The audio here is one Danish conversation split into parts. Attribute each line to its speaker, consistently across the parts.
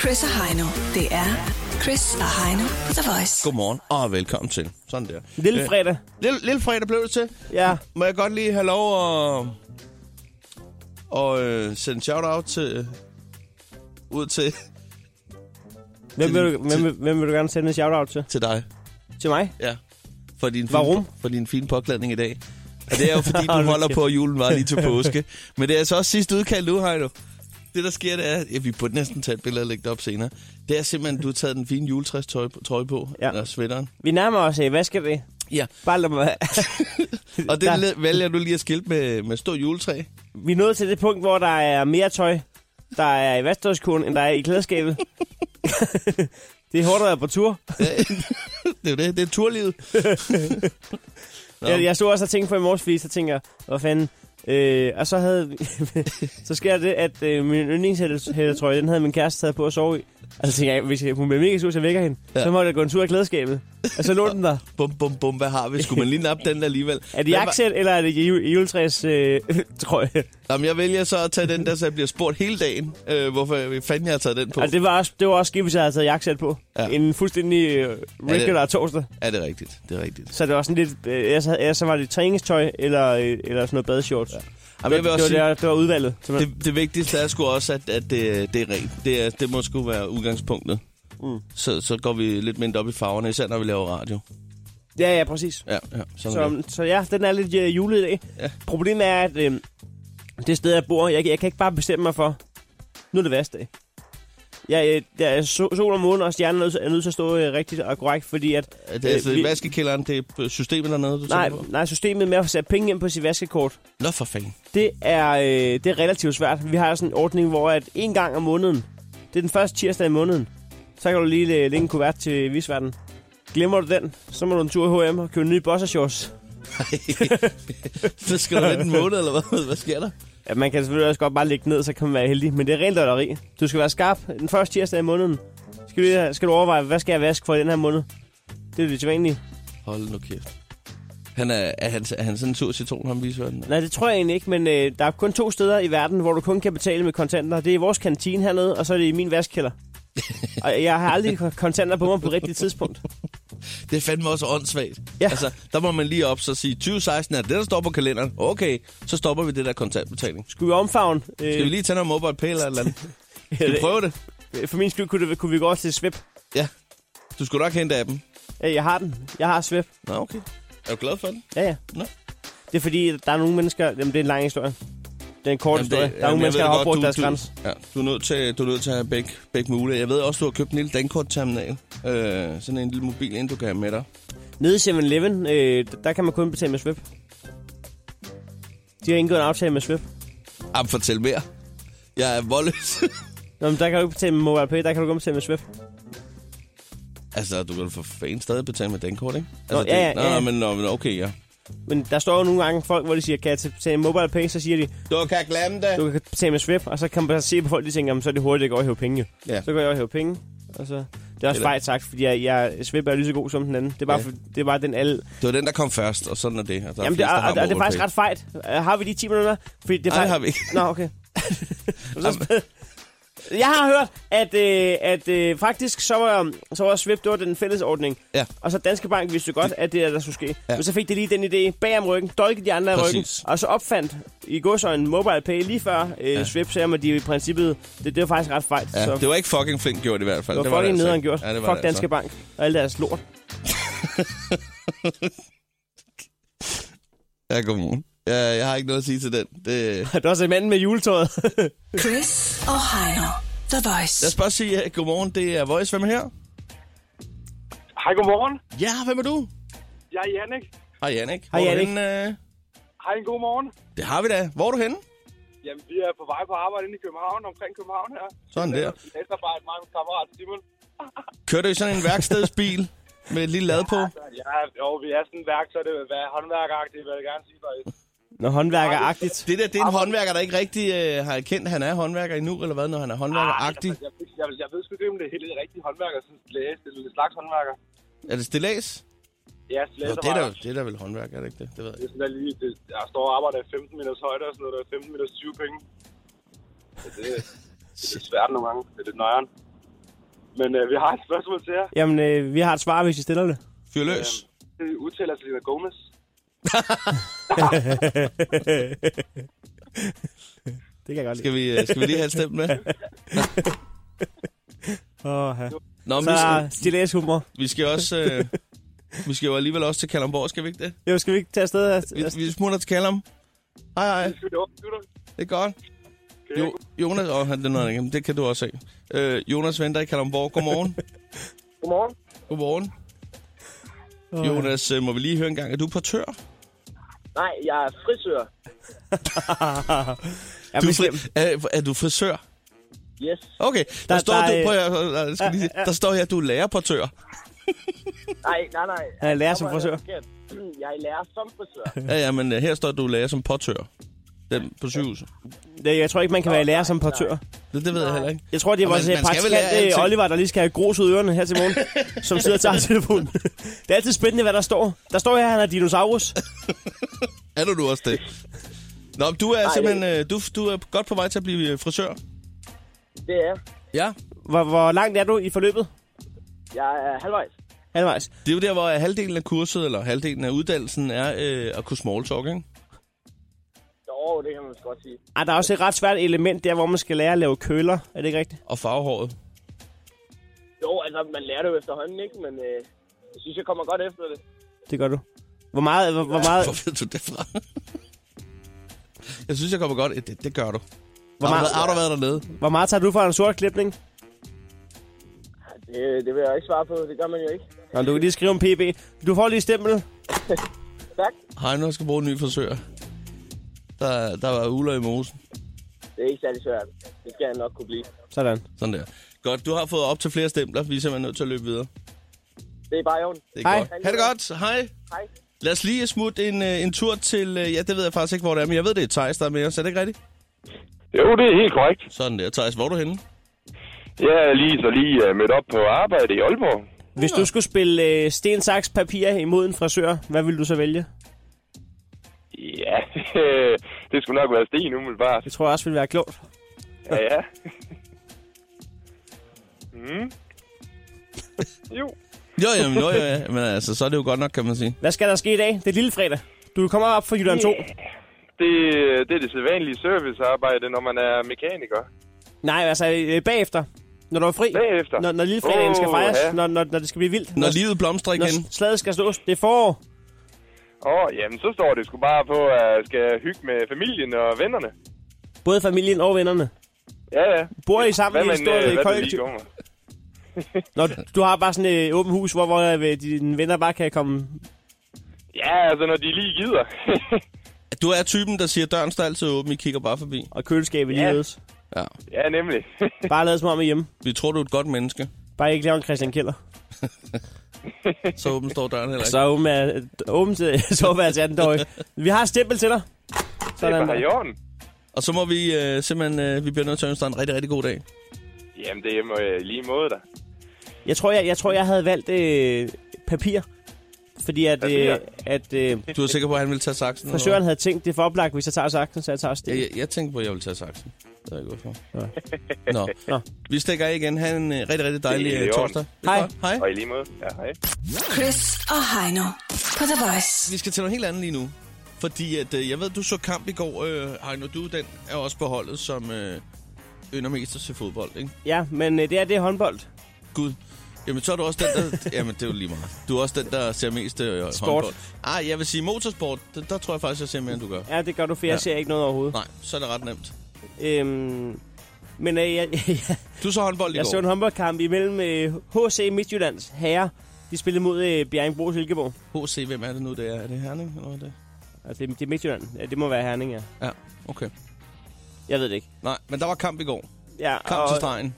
Speaker 1: Chris og Heino. Det er Chris og Heino på The Voice.
Speaker 2: Godmorgen og velkommen til. Sådan der.
Speaker 3: Lille
Speaker 2: Øh,
Speaker 3: fredag.
Speaker 2: Lille, lille fredag blev det til.
Speaker 3: Ja.
Speaker 2: Må jeg godt lige have lov at, og, øh, sende shout-out til, ud til,
Speaker 3: Hvem vil, du,
Speaker 2: til-
Speaker 3: hvem, vil- hvem vil du gerne sende en shout-out til?
Speaker 2: til dig.
Speaker 3: Til mig?
Speaker 2: Ja. For din,
Speaker 3: Varum?
Speaker 2: fine, for din fine påklædning i dag. Og det er jo fordi, du
Speaker 3: Hold nu
Speaker 2: holder
Speaker 3: kæft.
Speaker 2: på, at julen var lige til påske. Men det er altså også sidste udkald nu, Heino. Det, der sker, det er, at vi burde næsten tage et billede og lægge det op senere. Det er simpelthen, at du har taget den fine juletræstøj trøje på,
Speaker 3: Ja.
Speaker 2: eller sweateren.
Speaker 3: Vi nærmer os af, hvad skal det?
Speaker 2: Ja,
Speaker 3: Bare lad mig...
Speaker 2: og det
Speaker 3: Der-
Speaker 2: le- vælger du lige at skilte med, med stor juletræ.
Speaker 3: Vi er nået til det punkt, hvor der er mere tøj, der er i vasketøjskuren, end der er i klædeskabet. det er hårdt at være på tur.
Speaker 2: Det er jo det. Det er turlivet. Nå.
Speaker 3: Jeg, jeg stod også og tænkte på i morges, fordi så tænker jeg, hvad fanden... Øh, og så havde så sker det, at øh, min yndlingshættetrøje, den havde min kæreste taget på at sove i. Og så tænkte jeg, hvis hun bliver mega sur, så vækker hende.
Speaker 2: Ja.
Speaker 3: Ja. Så måtte jeg gå en tur i klædeskabet. Og så lå den der.
Speaker 2: Bum, bum, bum. Hvad har vi? Skulle man lige nappe den alligevel?
Speaker 3: Er det
Speaker 2: Hvad
Speaker 3: jakkesæt, eller er det jul- juletræs øh, trøje?
Speaker 2: var- Jamen, jeg vælger så at tage den der, så jeg bliver spurgt hele dagen, øh, hvorfor fanden jeg har taget den på.
Speaker 3: Og Altså, det var også, det var også skidt, hvis jeg havde taget jakkesæt på.
Speaker 2: Ja.
Speaker 3: Ja. En fuldstændig øh, regular torsdag.
Speaker 2: Er det rigtigt? Det er rigtigt.
Speaker 3: Så det var sådan lidt, øh, ellers, havde- ellers så var det træningstøj, eller, øh, eller sådan noget badeshorts. Ja.
Speaker 2: Jamen, jeg vil
Speaker 3: det,
Speaker 2: også
Speaker 3: det,
Speaker 2: sige,
Speaker 3: var, det, det var udvalget. Det...
Speaker 2: det, det vigtigste er sgu også, at, at det, det er rent. Det, er, det må sgu være udgangspunktet.
Speaker 3: Mm.
Speaker 2: Så, så går vi lidt mindre op i farverne, især når vi laver radio.
Speaker 3: Ja, ja, præcis.
Speaker 2: Ja, ja. Sådan er det.
Speaker 3: Så, så ja, den er lidt øh, julet i dag.
Speaker 2: Ja.
Speaker 3: Ja. Problemet er, at øh, det sted, jeg bor, jeg, jeg kan ikke bare bestemme mig for, nu er det værste. Jeg, øh, jeg, so- sol og måne og stjernen er nødt til- er nødt til at stå øh, rigtigt og korrekt, fordi at
Speaker 2: Er det altså
Speaker 3: øh, vi-
Speaker 2: vi... vaskekælderen, det er systemet dernede, du
Speaker 3: Nej,
Speaker 2: tænker på?
Speaker 3: nej, systemet med at få sat penge ind på sit vaskekort,
Speaker 2: Nå for fanden.
Speaker 3: det er, øh, det er relativt svært. Vi har sådan en ordning, hvor at en gang om måneden, det er den første tirsdag i måneden, så kan du lige læ- lægge en kuvert til visverden. Glemmer du den, så må du en tur i H&M og købe nye bossershorts.
Speaker 2: Så skal du vente en måned, eller hvad? Hvad sker der?
Speaker 3: Ja, man kan selvfølgelig også godt bare lægge den ned, så kan man være heldig, men det er rent lotteri. Du skal være skarp den første tirsdag i måneden. Skal du, lige- skal du overveje, hvad skal jeg vaske for i den her måned? Det er jo det sædvanlige.
Speaker 2: Hold nu kæft. Han er, er, han, er han sådan en sur citron, ham viser den?
Speaker 3: Nej, det tror jeg egentlig ikke, men øh, der er kun to steder i verden, hvor du kun kan betale med kontanter. Det er i vores kantine hernede, og så er det i min vaskekælder. og jeg har aldrig ko- kontanter på mig på rigtigt tidspunkt.
Speaker 2: Det er fandme også åndssvagt. Ja.
Speaker 3: Ja.
Speaker 2: Altså, der må man lige op så sige, 2016 er det, der står på kalenderen. Okay, så stopper vi det der kontantbetaling.
Speaker 3: Skulle vi omfavne? Øh,
Speaker 2: Skal vi lige tage noget mobile pay eller et eller andet? Skal vi prøve det?
Speaker 3: øh, For min skyld kunne, det, kunne vi gå over til Svip.
Speaker 2: Ja. Du skulle nok hente appen.
Speaker 3: Øh, jeg har den. Jeg har Svip.
Speaker 2: Nå, okay. Er du glad for den?
Speaker 3: Ja, ja.
Speaker 2: Nå.
Speaker 3: Det er fordi, at der er nogle mennesker... Jamen, det er en lang historie. Det er en kort historie.
Speaker 2: det-
Speaker 3: der er nogle
Speaker 2: jeg ved
Speaker 3: mennesker, der har
Speaker 2: godt,
Speaker 3: opbrugt
Speaker 2: du-
Speaker 3: deres
Speaker 2: du-
Speaker 3: grænse.
Speaker 2: Ja, du er nødt til, du er nødt til at have begge, begge muligheder. Jeg ved også, du har købt en lille dankortterminal. Øh, sådan en lille mobil, inden du kan have med dig.
Speaker 3: Nede i 7-Eleven, øh, der kan man kun betale med Svip. De har indgået en aftale med Svip.
Speaker 2: Jamen, fortæl mere. Jeg er voldløs.
Speaker 3: Nå, men der kan du ikke betale med MobilePay, der kan du kun betale med Svip.
Speaker 2: altså, du kan for fanden stadig betale med dankort, ikke? Altså,
Speaker 3: Nå, ja, ja,
Speaker 2: det,
Speaker 3: ja,
Speaker 2: nej,
Speaker 3: ja.
Speaker 2: men nå, men okay, ja.
Speaker 3: Men der står jo nogle gange folk, hvor de siger, kan jeg tage mobile pay, så siger de,
Speaker 2: Du kan glemme det.
Speaker 3: du kan tage med Swip, og så kan man bare se på folk, de tænker, "Jamen, så er det hurtigt, at gå og hæve penge. jo."
Speaker 2: Ja.
Speaker 3: Så går jeg og hæve penge, og så... Det er også
Speaker 2: Eller-
Speaker 3: fejl sagt, fordi jeg, jeg Swip er lige så god som den anden. Det er bare,
Speaker 2: Ja.
Speaker 3: for, det er bare den alle...
Speaker 2: Det var den, der kom først, og sådan er det. Og der
Speaker 3: Jamen, det er, og, og det er faktisk ret fejt. Øh, Har vi de 10 minutter? Fordi det er
Speaker 2: Nej, det
Speaker 3: faktisk...
Speaker 2: har vi ikke.
Speaker 3: Nå, okay. Så- jeg har hørt, at, øh, at øh, faktisk så var, så var Swip, det var den fælles ordning.
Speaker 2: Ja.
Speaker 3: Og så Danske Bank vidste jo godt, at det er, der skulle ske.
Speaker 2: Ja.
Speaker 3: Ja. Men så fik det lige den idé bag om ryggen, dolkede de andre af ryggen,
Speaker 2: Præcis.
Speaker 3: og så opfandt i godsøjne mobile pay lige før øh,
Speaker 2: Ja.
Speaker 3: ja. Swip, selvom de i princippet, det, det var faktisk ret fejt.
Speaker 2: Ja,
Speaker 3: så
Speaker 2: det var ikke fucking flink gjort i hvert fald.
Speaker 3: det var fucking
Speaker 2: altså
Speaker 3: nederen
Speaker 2: ikke.
Speaker 3: gjort.
Speaker 2: Ja, det var
Speaker 3: Fuck
Speaker 2: det
Speaker 3: Danske
Speaker 2: altså.
Speaker 3: Bank og alle deres lort.
Speaker 2: Ja, godmorgen. Ja, jeg har ikke noget at sige til den. Det...
Speaker 3: Der er også en mand med juletøjet.
Speaker 1: Chris og Heino. The
Speaker 2: Lad os
Speaker 1: Voice.
Speaker 2: bare sige uh, godmorgen. Det er Voice. Hvem er her?
Speaker 4: Hej, godmorgen.
Speaker 2: Ja, hvem er du?
Speaker 4: Jeg er Jannik.
Speaker 2: Hej, Jannik.
Speaker 3: Hej,
Speaker 2: Hvor er du
Speaker 3: Jannik.
Speaker 2: henne, øh?
Speaker 4: Hej, en god morgen.
Speaker 2: Det har vi da. Hvor er du henne?
Speaker 4: Jamen, vi er på vej på arbejde inde i København, omkring København her.
Speaker 2: Sådan der.
Speaker 4: Efter bare et meget kammerat, Simon.
Speaker 2: Kører du i sådan en værkstedsbil med et lille lad på?
Speaker 4: Ja, jo, vi er sådan et værk, så det er håndværkeragtigt, vil jeg gerne sige faktisk.
Speaker 3: Nå, håndværkeragtigt.
Speaker 2: Det der, det er en håndværker, der ikke rigtig øh, har erkendt, at han er håndværker endnu, eller hvad, når han er håndværkeragtig.
Speaker 4: Altså, Jeg, jeg, jeg, jeg, ved sgu ikke, om det er helt rigtige håndværker, sådan slæs, det er en slags håndværker.
Speaker 2: Er det stillads?
Speaker 4: Ja,
Speaker 2: Nå,
Speaker 4: slæs
Speaker 2: det er, da, det er da vel håndværk, er det ikke det? Det ved jeg
Speaker 4: Det
Speaker 2: ikke.
Speaker 4: er sådan, der lige, det, jeg står og arbejder i 15 meters højde og sådan noget, der er 15 meters 20 penge. Så det, det er lidt svært nogle gange. Det er lidt nøjeren. Men øh, vi har et spørgsmål til jer.
Speaker 3: Jamen, øh, vi har et svar, hvis I stiller det.
Speaker 2: Fyr løs.
Speaker 4: Det udtaler Selena Gomez.
Speaker 3: Det kan jeg godt lide.
Speaker 2: Skal vi, øh, skal vi lige have et stemt med?
Speaker 3: Åh, ja.
Speaker 2: Nå, men
Speaker 3: Så er
Speaker 2: vi, skal,
Speaker 3: der stilæshumor.
Speaker 2: vi skal også... Øh, vi skal jo alligevel også til Kalamborg, skal vi ikke det?
Speaker 3: Jo, skal vi ikke tage afsted? Altså,
Speaker 2: Vi,
Speaker 3: her?
Speaker 2: vi smutter til Kalam. Hej, hej.
Speaker 4: Skal vi det opslutter?
Speaker 2: Det er godt.
Speaker 4: Kan
Speaker 2: Jo, Jonas, og han, det, er noget, andet, men det kan du også se. Øh, Jonas venter i Kalamborg. Godmorgen.
Speaker 4: Godmorgen.
Speaker 2: Godmorgen.
Speaker 3: Åh, ja.
Speaker 2: Jonas, øh, må vi lige høre en gang, er du portør?
Speaker 5: Nej, jeg er frisør.
Speaker 3: Ja,
Speaker 2: Du
Speaker 3: vi
Speaker 2: er,
Speaker 3: skal-
Speaker 2: fri, er, er du frisør?
Speaker 5: Yes.
Speaker 2: Okay, der,
Speaker 3: Der-
Speaker 2: står
Speaker 3: der er,
Speaker 2: du, prøv, jeg, jeg, jeg skal lige, sige, der står her, at du er lærerportør.
Speaker 5: Nej, nej, nej.
Speaker 3: Han er lærer som frisør.
Speaker 5: Jeg er lærer som frisør.
Speaker 2: Ja, ja, men øh, her står du er lærer som portør. Den på sygehuset.
Speaker 3: Nej, Jeg tror ikke, man kan være lærer som portør.
Speaker 2: Det, det ved jeg heller ikke.
Speaker 3: Jeg tror, det er
Speaker 2: Og
Speaker 3: vores
Speaker 2: man- man skal
Speaker 3: praktikant
Speaker 2: vel lære
Speaker 3: øh,
Speaker 2: alting.
Speaker 3: Oliver, der lige skal have grus ud af ørerne her til morgen, som sidder og tager telefonen. det er altid spændende, hvad der står. Der står her, at han er dinosaurus.
Speaker 2: Er du nu også det? Nå, men du er
Speaker 5: Nej,
Speaker 2: simpelthen øh, du, du er godt på vej til at blive øh, frisør.
Speaker 5: Det er.
Speaker 2: Ja.
Speaker 3: Hvor, hvor langt er du i forløbet?
Speaker 5: Jeg er halvvejs.
Speaker 3: Halvvejs.
Speaker 2: Det er jo der, hvor øh, halvdelen af kurset, eller halvdelen af uddannelsen, er øh, at kunne small talk, ikke?
Speaker 5: Jo, det kan man vist godt sige.
Speaker 3: Ej, der er også et ret svært element der, hvor man skal lære at lave køler. Er det ikke rigtigt?
Speaker 2: Og farvehåret.
Speaker 5: Jo, altså, man lærer det jo efterhånden, ikke? Men øh, jeg synes, jeg kommer godt efter det.
Speaker 3: Det gør du. Hvor meget, hvor, hvor meget,
Speaker 2: Hvor ved du det fra? jeg synes, jeg kommer godt. øh, Det, det gør du.
Speaker 3: hvor
Speaker 2: har, du
Speaker 3: meget,
Speaker 2: været, har du været dernede?
Speaker 3: hvor meget tager du for en sort klipning?
Speaker 5: Ej, Det, det vil jeg jo ikke svare på. Det gør man jo ikke.
Speaker 3: Nå, du kan lige skrive en pb. Du får lige et stempel.
Speaker 5: Tak.
Speaker 2: Heino skal bruge en ny frisør. Der, der var uler i mosen.
Speaker 5: Det er ikke særlig svært. Det skal jeg nok kunne blive.
Speaker 3: Sådan.
Speaker 2: Sådan der. Godt, du har fået op til flere stempler. Vi er simpelthen nødt til at løbe videre.
Speaker 5: Det er bare jorden.
Speaker 2: Det er
Speaker 3: Hej.
Speaker 2: godt. Ha' det godt. Hej.
Speaker 5: Hej.
Speaker 2: Lad os lige smutte en, øh, en tur til... øh, Ja, det ved jeg faktisk ikke, hvor det er, men jeg ved, det er Thijs, der er med os. Er det ikke rigtigt?
Speaker 6: Jo, det er helt korrekt.
Speaker 2: Sådan der. Thijs, hvor er du henne?
Speaker 6: Jeg er lige så lige uh, mødt op på arbejde i Aalborg.
Speaker 3: Hvis du skulle spille øh, sten, saks, papir imod en frisør, hvad ville du så vælge?
Speaker 6: Ja, det skulle nok være sten umiddelbart.
Speaker 3: Det tror jeg også ville være klogt.
Speaker 6: Ja, ja. Mm. Jo.
Speaker 2: Jo, jamen, jo, jo, ja. Men altså, så er det jo godt nok, kan man sige.
Speaker 3: Hvad skal der ske i dag? Det er lille fredag. Du kommer op fra Jylland 2.
Speaker 6: Det, det er det sædvanlige servicearbejde, når man er mekaniker.
Speaker 3: Nej, altså øh, bagefter. Når du er fri.
Speaker 6: Bagefter?
Speaker 3: Når, når lille fredagen skal
Speaker 6: Åh,
Speaker 3: fejres.
Speaker 6: ja.
Speaker 3: Når, når, når det skal blive vildt.
Speaker 2: Når livet blomstrer igen.
Speaker 3: når slaget skal slås. Det er forår.
Speaker 6: Åh, jamen, så står det sgu bare på, at jeg skal hygge med familien og vennerne.
Speaker 3: Både familien og vennerne.
Speaker 6: Ja, ja.
Speaker 3: Bor I sammen i et stort øh,
Speaker 6: hvad det
Speaker 3: kollektiv?
Speaker 6: lige kommer?
Speaker 3: Nå, du- du har bare sådan et øh, åbent hus, hvor, hvor øh, dine venner bare kan komme...
Speaker 6: Ja, altså, når de lige gider.
Speaker 2: Du er typen, der siger, døren står altid åben, I kigger bare forbi.
Speaker 3: Og køleskabet lige
Speaker 6: Ja.
Speaker 3: ledes.
Speaker 2: Ja.
Speaker 6: ja, nemlig.
Speaker 3: Bare lade som om I er hjemme.
Speaker 2: Vi tror, du er et godt menneske.
Speaker 3: Bare ikke lave en Christian Keller.
Speaker 2: Så åben står døren heller ikke.
Speaker 3: Så åben, er, åben til soveværelse 18 år. Vi har et stempel til dig.
Speaker 6: det er
Speaker 3: Sådan
Speaker 6: bare i
Speaker 3: der.
Speaker 6: orden.
Speaker 3: Altså-
Speaker 2: Og så må vi øh, simpelthen, øh, vi bliver nødt til at ønske dig en rigtig, rigtig god dag.
Speaker 6: Jamen, det er må jeg lige måde da.
Speaker 3: Jeg tror, jeg, jeg, tror, jeg havde valgt øh, papir. Fordi at, øh,
Speaker 6: Papir?
Speaker 3: at øh,
Speaker 2: Du er sikker på, at han vil tage saksen? eller
Speaker 3: frisøren havde tænkt, det er for oplagt, hvis jeg tager saksen, så jeg tager
Speaker 2: hvad?
Speaker 3: sten.
Speaker 2: Ja, jeg, jeg tænkte på, at jeg ville tage saksen. Det er jeg ikke hvorfor.
Speaker 3: Nå.
Speaker 2: Nå.
Speaker 3: Nå.
Speaker 2: Vi stikker af igen. Ha' en øh, rigtig, rigtig dejlig
Speaker 6: Det er i
Speaker 2: øh,
Speaker 6: orden.
Speaker 2: torsdag. Det er
Speaker 3: Hej.
Speaker 2: godt. Hej.
Speaker 6: Og i lige måde. Ja, hej.
Speaker 1: Chris og Heino på The Voice.
Speaker 2: Vi skal til noget helt andet lige nu. Fordi at, øh, jeg ved, du så kamp i går, øh, Heino. Du den er også på holdet, som øh, ynder mest at se fodbold, ikke?
Speaker 3: Ja, men øh, det er det er håndbold.
Speaker 2: Gud. Jamen, så er du også den, der... Jamen, det er jo lige meget. Du er også den, der ser mest øh,
Speaker 3: Sport.
Speaker 2: håndbold. Ah, jeg vil sige motorsport. Der, der tror jeg faktisk, jeg ser mere, end du gør.
Speaker 3: Ja, det gør du, for jeg
Speaker 2: Ja.
Speaker 3: ja. ser ikke noget overhovedet.
Speaker 2: Nej, så er det ret nemt.
Speaker 3: Øhm, men øh, jeg, jeg,
Speaker 2: Du så håndbold i
Speaker 3: jeg
Speaker 2: går.
Speaker 3: så en håndboldkamp imellem øh, HC Midtjyllands herrer. De spillede mod øh, Bjerringbro Silkeborg.
Speaker 2: HC, hvem er det nu, det er? Er det Herning, eller hvad er det?
Speaker 3: Altså, det, det er Midtjylland. Ja, det må være Herning, ja.
Speaker 2: Ja, okay.
Speaker 3: Jeg ved det ikke.
Speaker 2: Nej, men der var kamp i går.
Speaker 3: Ja,
Speaker 2: Kamp
Speaker 3: og,
Speaker 2: til stregen.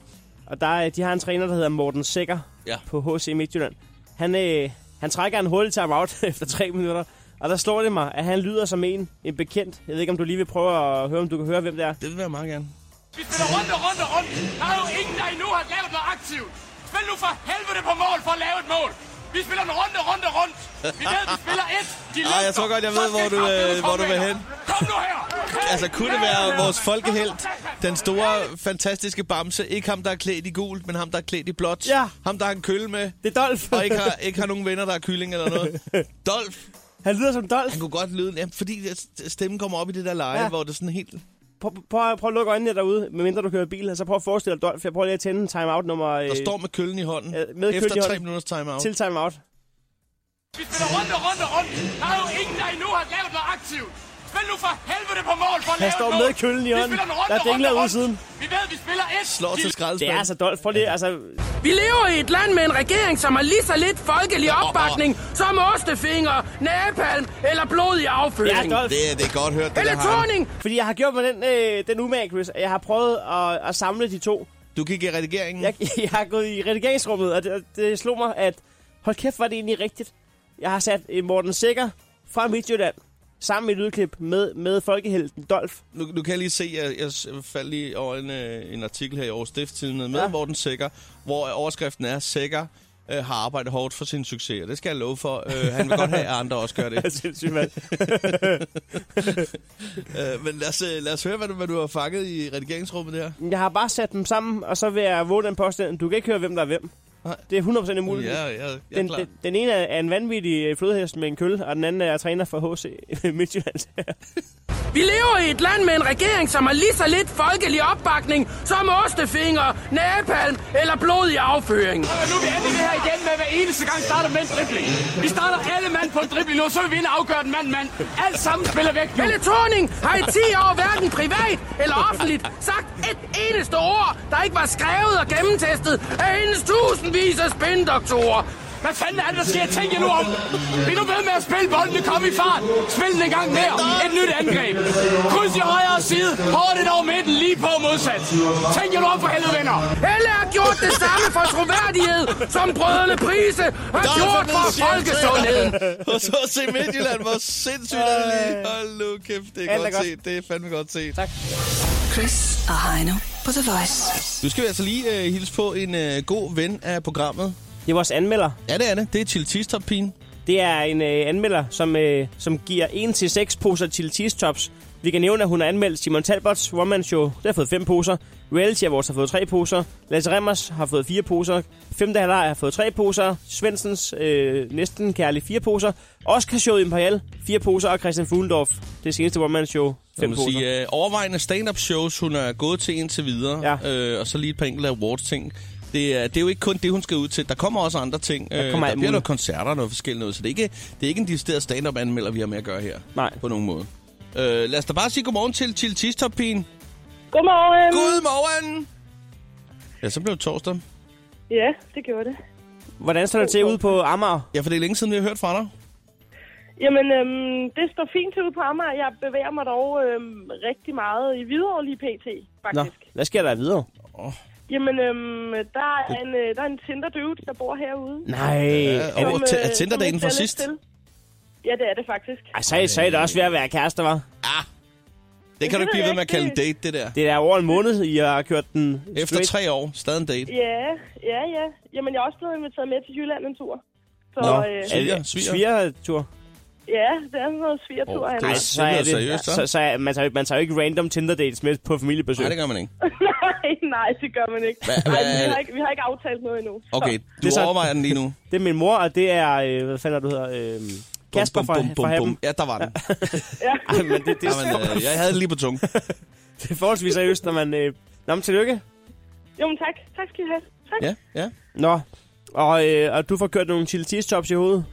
Speaker 3: Og der, er- de har en træner, der hedder Morten Sækker
Speaker 2: Ja.
Speaker 3: på HC Midtjylland. Han, øh, han trækker en hurtig timeout efter tre minutter, og der slår det mig, at han lyder som en, en bekendt. Jeg ved ikke, om du lige vil prøve at høre, om du kan høre, hvem det er.
Speaker 2: Det vil jeg meget gerne.
Speaker 7: Vi spiller rundt og rundt og rundt. Der er jo ingen, der endnu har lavet noget aktivt. Spil nu for helvede på mål for at lave et mål. Vi spiller den rundt og rundt og rundt. Vi ved, vi spiller et. De
Speaker 2: jeg tror godt, jeg ved, hvor du, øh, hvor du vil hen.
Speaker 7: Kom nu her.
Speaker 2: altså, kunne det være vores folkehelt, den store, fantastiske bamse? Ikke ham, der er klædt i gult, men ham, der er klædt i blåt.
Speaker 3: Ja.
Speaker 2: Ham, der har en kølle med,
Speaker 3: Det er Dolf.
Speaker 2: og ikke har, ikke har nogen venner, der er kylling eller noget. Dolf,
Speaker 3: Han lyder som Dolf.
Speaker 2: han kunne godt lyde... Jamen, fordi stemmen kommer op i det der leje,
Speaker 3: Ja.
Speaker 2: ja. hvor det sådan helt...
Speaker 3: Prøv, prøv, prøv at lukke øjnene derude, medmindre du kører bil. Altså prøv at forestille dig Dolf. Jeg prøver lige at tænde timeout nummer... Øh,
Speaker 2: Der står med køllen i hånden,
Speaker 3: ja, med køllen i
Speaker 2: efter tre
Speaker 3: hånden.
Speaker 2: minutters timeout.
Speaker 3: Til timeout.
Speaker 7: Vi spiller rundt og rundt og rundt. Der er jo ingen, der endnu har lavet noget aktivt. Spil nu for helvede på mål for at
Speaker 3: Han
Speaker 7: lave
Speaker 3: står
Speaker 7: et mål.
Speaker 3: med køllen i
Speaker 7: Vi
Speaker 3: hånden.
Speaker 7: spiller den rundt
Speaker 3: Der er
Speaker 7: og rundt
Speaker 3: dingler
Speaker 7: og
Speaker 3: ude
Speaker 7: rundt.
Speaker 3: siden.
Speaker 7: Vi ved, vi spiller et.
Speaker 2: Slår til
Speaker 3: Det
Speaker 2: skraldespanden.
Speaker 3: er altså Dolf. Prøv lige, altså...
Speaker 8: Vi lever i et land med en regering, som har lige så lidt folkelig opbakning som ostefinger, napalm eller blodig
Speaker 3: Ja,
Speaker 8: afføring.
Speaker 3: Dolf.
Speaker 2: Det, er- det er godt hørt, det
Speaker 8: Eller
Speaker 2: der har
Speaker 8: Thorning!
Speaker 3: altså Fordi jeg har gjort mig den, øh, den umage, Chris. at Jeg har prøvet at, at samle de to.
Speaker 2: Du gik i redigeringen.
Speaker 3: Jeg, jeg har gået i redigeringsrummet, og det, og det slog mig, at hold kæft, var det egentlig rigtigt. Jeg har sat øh, Morten Sikker fra Midtjylland sammen med et lydklip med, med folkehelten Dolf.
Speaker 2: nu, nu kan jeg lige se, at jeg, jeg faldt lige over en, øh, en artikel her i Aarhus Stiftstidende med
Speaker 3: Ja.
Speaker 2: ja. Morten Sækker, hvor overskriften er, Sækker øh, har arbejdet hårdt for sin succes, og det skal jeg love for. Øh, han vil godt have, at andre også gør det.
Speaker 3: Sindssygt, mand.
Speaker 2: øh, men lad os, øh, lad os høre, hvad du, hvad du har fanget i redigeringsrummet der.
Speaker 3: Jeg har bare sat dem sammen, og så vil jeg våge den påstand. Du kan ikke høre, hvem der er hvem.
Speaker 2: Nej.
Speaker 3: Det er 100% umuligt.
Speaker 2: Ja, ja, ja,
Speaker 3: den,
Speaker 2: den, klar.
Speaker 3: den, den ene er er en vanvittig øh, flodhest med en køl, og den anden er træner for HC Midtjylland.
Speaker 8: Vi lever i et land med en regering, som har lige så lidt folkelig opbakning som ostefinger, napalm eller blodig afføring.
Speaker 7: Og nu er vi endelig ved her igen med at hver eneste gang starter med en dribling. Vi starter alle mand på en dribling nu, og så vil vi ind og afgøre den mand mand. Alt sammen spiller væk nu.
Speaker 8: Helle Thorning har i 10 år hverken privat eller offentligt sagt et eneste ord, der ikke var skrevet og gennemtestet af hendes tusindvis af spindoktorer.
Speaker 7: Hvad fanden er det, der sker? Tænk jer nu om. Vi er nu ved med at spille bolden. Det kom i fart. Spil den en gang mere. Et nyt angreb. Kryds i højre side. Hårdt ind over midten. Lige på modsat. Tænk jer nu om for helvede, venner.
Speaker 8: Helle har gjort det samme for troværdighed, som brødrene Prise har
Speaker 2: Der er
Speaker 8: gjort
Speaker 2: blevet
Speaker 8: for
Speaker 2: sjældent.
Speaker 8: folkesundheden.
Speaker 2: Og så se Midtjylland, hvor sindssygt er det lige. Hold nu kæft, det er,
Speaker 3: Alt er
Speaker 2: godt,
Speaker 3: godt.
Speaker 2: set. Det er fandme godt set. Tak.
Speaker 1: Chris og Heino på The Voice.
Speaker 2: Nu skal vi altså lige øh, hilse på en øh, god ven af programmet.
Speaker 3: det er vores anmelder.
Speaker 2: Ja, det er det. Det er Chili Cheese Top Pigen.
Speaker 3: Det er en øh, anmelder, som, øh, som giver 1-6 poser til Cheese Tops. Vi kan nævne, at hun har anmeldt Simon Talbots One Man Show. Det har fået 5 poser. Reality Awards har fået 3 poser. Lasse Remmers har fået 4 poser. Femte halvleg har fået 3 poser. Svensens øh, næsten kærlig 4 poser. Oscar Show Imperial 4 poser. Og Christian Fuglendorf, det seneste One Man Show, 5
Speaker 2: Fem man
Speaker 3: poser.
Speaker 2: sige, øh, overvejende stand-up shows, hun er gået til indtil videre.
Speaker 3: Ja.
Speaker 2: Øh, og så lige et par enkelte awards-ting. Det er, det er jo ikke kun det, hun skal ud til. Der kommer også andre ting. Der,
Speaker 3: kommer
Speaker 2: der
Speaker 3: alt
Speaker 2: bliver noget
Speaker 3: muligt.
Speaker 2: koncerter og noget forskelligt noget. Så det er ikke, det er ikke en decideret stand-up-anmelder, vi har med at gøre her.
Speaker 3: Nej.
Speaker 2: På nogen måde. Øh, lad os da bare sige godmorgen til Chili Cheese Top Pigen.
Speaker 9: Godmorgen.
Speaker 2: Godmorgen! Ja, så blev det torsdag.
Speaker 9: Ja, det gjorde det.
Speaker 3: Hvordan står det til ude på Amager?
Speaker 2: Ja, for det er længe siden, vi har hørt fra dig.
Speaker 9: Jamen, øhm, det står fint til ude på Amager. Jeg bevæger mig dog øhm, rigtig meget i Hvidovre lige pt,
Speaker 3: Nå,
Speaker 9: faktisk. Nå.
Speaker 3: hvad sker der videre?
Speaker 9: Jamen, øhm, der, er en, øh, der er en tinder dude, der bor herude.
Speaker 3: Nej.
Speaker 2: Ja, og
Speaker 3: er
Speaker 2: hvor
Speaker 3: det,
Speaker 9: Som,
Speaker 2: t-
Speaker 9: øh,
Speaker 2: er Tinder
Speaker 9: som
Speaker 2: dagen
Speaker 9: ikke
Speaker 2: fra
Speaker 9: er lidt
Speaker 2: sidst?
Speaker 9: til. Ja, det er det faktisk.
Speaker 3: Ej, så, er- så er det også ved at være kærester, var.
Speaker 2: Det kan du
Speaker 9: ved
Speaker 2: ikke blive
Speaker 9: jeg
Speaker 2: ved med at
Speaker 9: ikke.
Speaker 2: kalde en date, det der.
Speaker 3: Det er over en måned, I har kørt den
Speaker 2: Efter
Speaker 3: straight.
Speaker 2: tre år, stadig en date.
Speaker 9: Ja, ja, ja. Jamen, jeg er også blevet inviteret med til Jylland en tur. Så
Speaker 3: Nå,
Speaker 9: øh,
Speaker 2: Sviger,
Speaker 3: sviger,
Speaker 2: sviger.
Speaker 3: Altså, sviger. tur
Speaker 9: ja, det er sådan noget svigertur.
Speaker 2: Åh,
Speaker 9: Oh,
Speaker 2: det
Speaker 9: Nej,
Speaker 2: er
Speaker 3: så er
Speaker 2: lyder
Speaker 3: det,
Speaker 2: seriøst, så.
Speaker 3: så, så er, man, tager, man tager jo ikke random Tinder dates med på familiebesøg.
Speaker 2: Nej, det gør man ikke.
Speaker 9: nej, det gør man ikke.
Speaker 2: Hva-
Speaker 9: Ej,
Speaker 2: hva-
Speaker 9: vi, har ikke vi har ikke aftalt noget endnu. Så-
Speaker 2: Okay,
Speaker 3: er
Speaker 2: du
Speaker 3: så-
Speaker 2: overvejer den lige nu.
Speaker 3: det er min mor, og det er, øh, hvad fanden er du hedder, øh, Kasper fra, fra Happen.
Speaker 2: Ja, der var den.
Speaker 9: Ja.
Speaker 3: Ej, men det, det,
Speaker 2: Jamen, øh, jeg havde den lige på tungen.
Speaker 3: det er forholdsvis seriøst, når man... Øh, nå, men tillykke.
Speaker 9: Jo, men tak. Tak skal I have. Tak.
Speaker 2: Ja, ja.
Speaker 3: Nå, og, øh, og du får kørt nogle chili cheese tops i hovedet.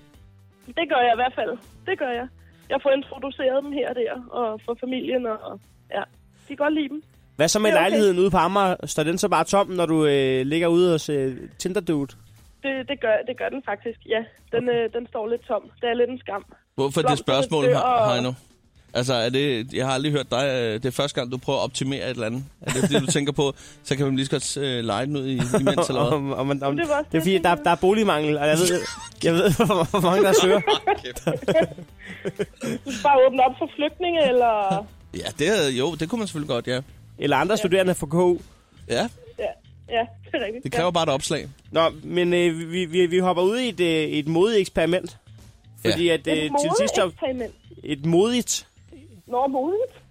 Speaker 9: Det gør jeg i hvert fald. Det gør jeg. Jeg får introduceret dem her og der, og for familien, og, og ja, de kan godt lide dem.
Speaker 3: Hvad så med
Speaker 9: Ja, okay.
Speaker 3: lejligheden ude på Amager? Står den så bare tom, når du øh, ligger ude hos øh, Tinder Dude?
Speaker 9: Det, det, gør, det gør den faktisk, ja. Den, øh, den står lidt tom. Det er lidt en skam.
Speaker 2: Hvorfor det
Speaker 9: Blomsterne
Speaker 2: spørgsmål,
Speaker 9: dør,
Speaker 2: He-
Speaker 9: og-
Speaker 2: Heino? Altså, er det, jeg har aldrig hørt dig, øh, det er første gang, du prøver at optimere et eller andet. Er det fordi, du tænker på, så kan man lige så godt øh, lege den ud i, imens eller hvad?
Speaker 3: om, om, om, om,
Speaker 9: Det var også
Speaker 3: det er
Speaker 9: det,
Speaker 3: fordi,
Speaker 9: jeg
Speaker 3: der,
Speaker 9: tænkte.
Speaker 3: der er boligmangel, og jeg ved, jeg ved hvor, hvor mange der søger.
Speaker 9: Du skal bare åbne op for flygtninge, eller...
Speaker 2: Ja, det, havde- jo, det kunne man selvfølgelig godt, ja.
Speaker 3: Eller andre studerende fra KU.
Speaker 2: Ja,
Speaker 9: Ja, ja det er rigtigt.
Speaker 2: det kræver bare et opslag.
Speaker 3: Nå, men øh, vi, vi, vi hopper ud i et, øh, et modigt eksperiment. Fordi
Speaker 2: Ja.
Speaker 3: at
Speaker 9: ja.
Speaker 3: øh,
Speaker 9: Et
Speaker 3: til sidst
Speaker 9: modeeksperiment.
Speaker 3: et modigt
Speaker 9: Nå, modigt.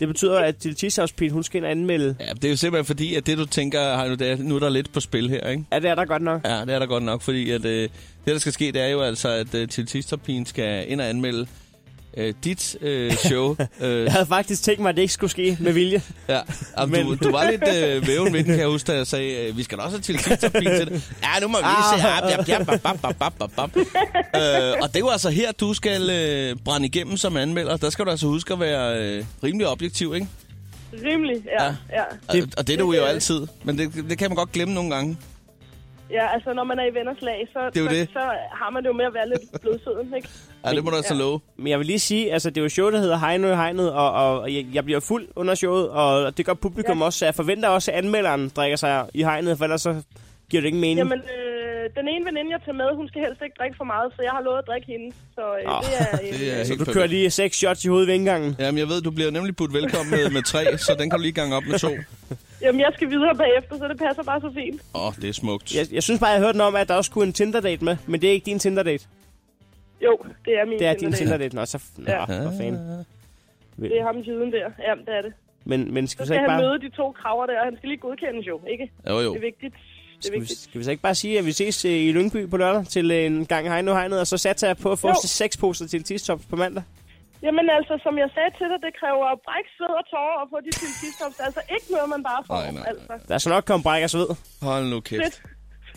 Speaker 3: Det betyder, at Diltishavspin, hun skal ind og anmelde.
Speaker 2: Ja, det er jo simpelthen fordi, at det du tænker, Heino, det er, nu er der lidt på spil her, ikke?
Speaker 3: Ja, det er der godt nok.
Speaker 2: Ja, det er der godt nok, fordi at, øh, det, der skal ske, det er jo altså, at øh, Tiltisterpin skal ind og anmelde øh, dit øh, show. øh,
Speaker 3: Jeg havde faktisk tænkt mig, at det ikke skulle ske med vilje.
Speaker 2: ja. Jamen, du, du var lidt øh, væven ved den, kan jeg huske, da jeg sagde, øh, vi skal da også have Tiltisterpin til det. Ja, nu må vi lige se. Ah, bjab, bjab, bab, bab, bab, bab, bab. Øh, og det er jo altså her, du skal øh, brænde igennem som anmelder. Der skal du altså huske at være øh, rimelig objektiv, ikke?
Speaker 9: Rimelig, ja,
Speaker 2: Ja.
Speaker 9: ja. ja.
Speaker 2: Det, og det er du jo altid. Men det, det kan man godt glemme nogle gange.
Speaker 9: Ja, altså når man er i venners lag, så,
Speaker 2: Det er jo
Speaker 9: så,
Speaker 2: det.
Speaker 9: så har man det jo med at være lidt blødsøden, ikke?
Speaker 2: Ja, det må du altså
Speaker 9: Ja.
Speaker 2: love.
Speaker 3: Men jeg vil lige sige, altså det er jo et show, der hedder Heino i hegnet, og, og, og jeg, jeg bliver fuld under showet, og det gør publikum ja. også. Så jeg forventer også, at anmelderen drikker sig i hegnet, for ellers så giver det ikke mening.
Speaker 9: Jamen, øh, den ene veninde, jeg tager med, hun skal helst ikke drikke for meget, så jeg har lovet at drikke hende. Så øh,
Speaker 3: Åh,
Speaker 9: det er... Øh,
Speaker 2: Det er
Speaker 3: så
Speaker 2: helt
Speaker 3: du
Speaker 2: perfekt.
Speaker 3: kører lige seks shots i hovedet ved indgangen.
Speaker 2: Jamen, jeg ved, du bliver nemlig budt velkommen med, med tre, så den kan du lige gange op med to.
Speaker 9: Jamen, jeg skal videre bagefter, så det passer bare så fint.
Speaker 2: Åh, oh, det er smukt.
Speaker 3: Jeg, jeg synes bare, jeg hørte noget om, at der også kunne en Tinder-date med, men det er ikke din Tinder-date.
Speaker 9: Jo, det er min
Speaker 3: Det er din
Speaker 9: Tinder-date.
Speaker 3: Tinder-date. Nå, så... f- Nå,
Speaker 9: Ja.
Speaker 3: for fanden.
Speaker 9: Det er ham siden der. Jamen, det er det.
Speaker 3: Men, men skal
Speaker 9: Så
Speaker 3: vi så
Speaker 9: skal
Speaker 3: ikke
Speaker 9: han
Speaker 3: bare...
Speaker 9: møde de to kraver der, og han skal lige godkendes jo, ikke?
Speaker 2: Jo, jo.
Speaker 9: Det er vigtigt. Det er
Speaker 3: Skal vi,
Speaker 9: vigtigt.
Speaker 3: skal vi så ikke bare sige, at vi ses øh, i Lyngby på lørdag til øh, en gang Heino i hegnet, og så satser jeg på at få
Speaker 9: Jo.
Speaker 3: seks poser til Tistops på mandag?
Speaker 9: Jamen altså, som jeg sagde til dig, det kræver bræk, sved og tårer at få de politistops. Altså ikke noget, man bare får.
Speaker 2: Nej, nej, nej.
Speaker 9: Altså.
Speaker 3: Der skal nok komme bræk og sved.
Speaker 2: Hold nu kæft.
Speaker 9: Fedt.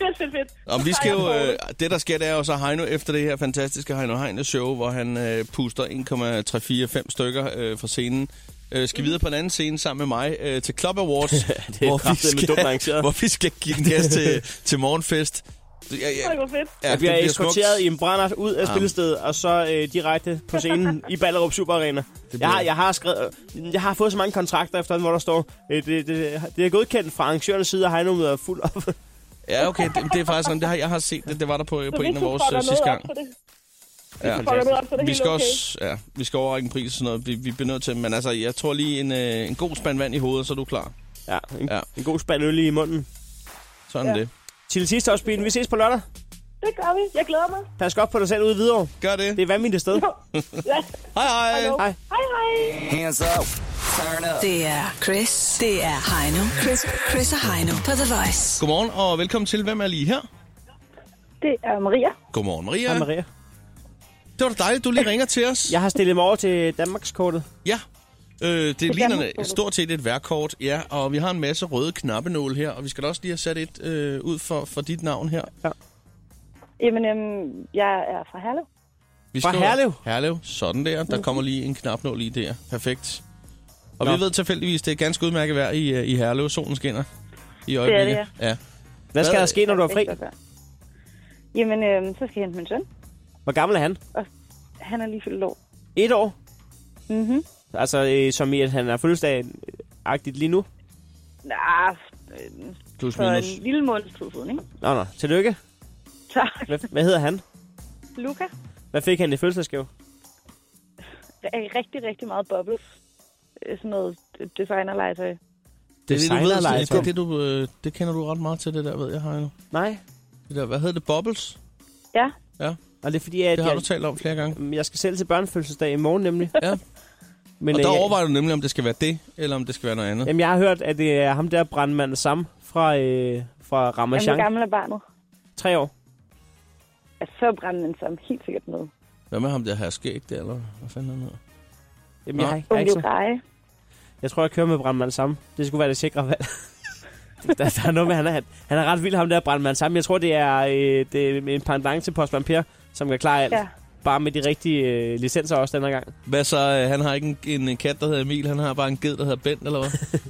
Speaker 9: Fedt, fedt, fedt.
Speaker 2: Om
Speaker 9: Så tager
Speaker 2: vi skal
Speaker 9: jeg
Speaker 2: jo,
Speaker 9: prøven.
Speaker 2: øh, det der sker, det er jo så Heino efter det her fantastiske Heino Heine show, hvor han øh, puster 1,345 stykker øh, fra scenen. Øh, skal videre på en anden scene sammen med mig øh, til Club Awards,
Speaker 3: er kraftedeme dumt arrangeret.
Speaker 2: hvor vi skal give gas til, til morgenfest. Ja, ja,
Speaker 9: Ej, hvor fedt.
Speaker 2: ja,
Speaker 3: Jeg
Speaker 2: det
Speaker 3: bliver
Speaker 2: smukt.
Speaker 3: eskorteret i en brænder ud af spillestedet, og så øh, direkte på scenen i Ballerup Super Arena. Jeg har, jeg, har skrevet, øh, jeg har fået så mange kontrakter efterhånden, hvor der står, øh, det, det, det er godkendt fra arrangørens side, og Heino møder fuld op.
Speaker 2: Ja, okay, det, det er faktisk sådan, det har, jeg har set det, det var der på, øh,
Speaker 9: Så
Speaker 2: på
Speaker 9: hvis
Speaker 2: en af
Speaker 9: du
Speaker 2: vores
Speaker 9: fucker
Speaker 2: øh,
Speaker 9: noget
Speaker 2: sidste
Speaker 9: op
Speaker 2: gang.
Speaker 9: for det,
Speaker 2: Ja.
Speaker 9: fucker noget op, så er det
Speaker 2: Vi
Speaker 9: helt
Speaker 2: skal
Speaker 9: okay.
Speaker 2: også, ja, vi skal overrække en pris og sådan noget. Vi, vi bliver nødt til, men altså, jeg tror lige en, øh, en god spand vand i hovedet, så er du klar.
Speaker 3: Ja, en,
Speaker 2: Ja.
Speaker 3: ja. en god spand øl i munden.
Speaker 2: Sådan ja.
Speaker 9: Ja.
Speaker 2: det.
Speaker 3: Til sidste årsbilen, vi ses på lørdag.
Speaker 9: Det gør vi. Jeg glæder mig.
Speaker 3: Pas godt på dig selv ude i Hvidovre.
Speaker 2: Gør det.
Speaker 3: Det er vanvittigt sted.
Speaker 9: Ja.
Speaker 2: Hej hej.
Speaker 9: Hallo.
Speaker 3: Hej.
Speaker 9: Hej, hej.
Speaker 10: Hands up. Turn up.
Speaker 1: Det er Chris. Det er Heino. Chris, Chris og Heino på The Voice.
Speaker 2: Godmorgen og velkommen til. Hvem er lige her?
Speaker 9: Det er Maria.
Speaker 2: Godmorgen, Maria.
Speaker 3: Hej Maria.
Speaker 2: Det var da dejligt, du lige ringer til os.
Speaker 3: Jeg har stillet mig over til Danmarkskortet.
Speaker 2: ja. Øh, det ligner
Speaker 9: Danmarkskortet.
Speaker 2: stort set et værkort, ja, og vi har en masse røde knappenål her, og vi skal da også lige have sat et øh, ud for, for dit navn her.
Speaker 9: Jamen, øhm, jeg er fra Herlev.
Speaker 2: Vi
Speaker 3: Fra
Speaker 2: skriver-
Speaker 3: Herlev?
Speaker 2: Herlev, sådan der. Der kommer lige en knapnål i der. Perfekt. Og
Speaker 3: Nå.
Speaker 2: vi ved tilfældigvis, det er ganske udmærket vejr i, øh, i Herlev. Solen skinner i øjeblikket. ja.
Speaker 3: Hvad skal
Speaker 2: Hvad-
Speaker 3: der ske, når du er fri?
Speaker 9: Jamen, øhm, så skal jeg hente min søn.
Speaker 3: Hvor gammel er han?
Speaker 9: Han er lige fyldt år.
Speaker 3: Et år?
Speaker 9: Mhm.
Speaker 3: Altså, øh, som i, at han er fødselsdag-agtigt lige nu?
Speaker 9: Nej, øh,
Speaker 2: Plus
Speaker 9: for
Speaker 2: minus.
Speaker 9: en lille måneds tid siden, ikke?
Speaker 3: Nå, nå. Tillykke.
Speaker 9: Tak.
Speaker 3: Hvad, hvad hedder han?
Speaker 9: Luca
Speaker 3: Hvad fik han i fødselsdagsgave?
Speaker 9: er rigtig, rigtig meget bubbles. Øh, Sådan noget designerlegetøj.
Speaker 2: Det er det, du ved. Det,
Speaker 3: designerlegetøj.
Speaker 2: er det, du, øh, det kender du ret meget til, det der, ved jeg, Heino.
Speaker 3: Nej.
Speaker 2: Det der, hvad hedder det? Bubbles?
Speaker 9: Ja,
Speaker 3: Og det er fordi, at
Speaker 2: Det har du
Speaker 3: jeg, mm,
Speaker 2: talt om flere gange.
Speaker 3: jeg skal selv til børnefødselsdag i morgen nemlig.
Speaker 2: Ja.
Speaker 3: Men,
Speaker 2: Og der
Speaker 3: øh,
Speaker 2: overvejer du nemlig, om det skal være det, eller om det skal være noget andet.
Speaker 3: Jamen, jeg har hørt, at det er ham der brandmand Sam fra, øh, fra
Speaker 9: Jamen, hvor
Speaker 3: Ramachan.
Speaker 9: gammel er barnet?
Speaker 3: Tre år.
Speaker 9: Ja, så brænder den sammen helt sikkert med.
Speaker 2: Hvad med ham der her skæg der, eller hvad fanden han hedder?
Speaker 3: Jamen,
Speaker 2: Nå.
Speaker 3: jeg, har ikke- jeg,
Speaker 9: Hun
Speaker 3: har
Speaker 9: vil
Speaker 3: ikke
Speaker 9: jo
Speaker 3: så-
Speaker 9: greje.
Speaker 3: jeg tror, jeg kører med brandmand Sam. Det skulle være det sikre valg. der, der, er noget med, han er, han er ret vild, ham der brandmand Sam. Jeg tror, det er, øh, det er en pendant til Postman Per, som kan klare alt.
Speaker 9: Ja.
Speaker 3: Bare med de rigtige øh, licenser også den her gang.
Speaker 2: Hvad så? øh, Han har ikke en, en kat, der hedder Emil. Han har bare en ged, der hedder Bent, eller hvad?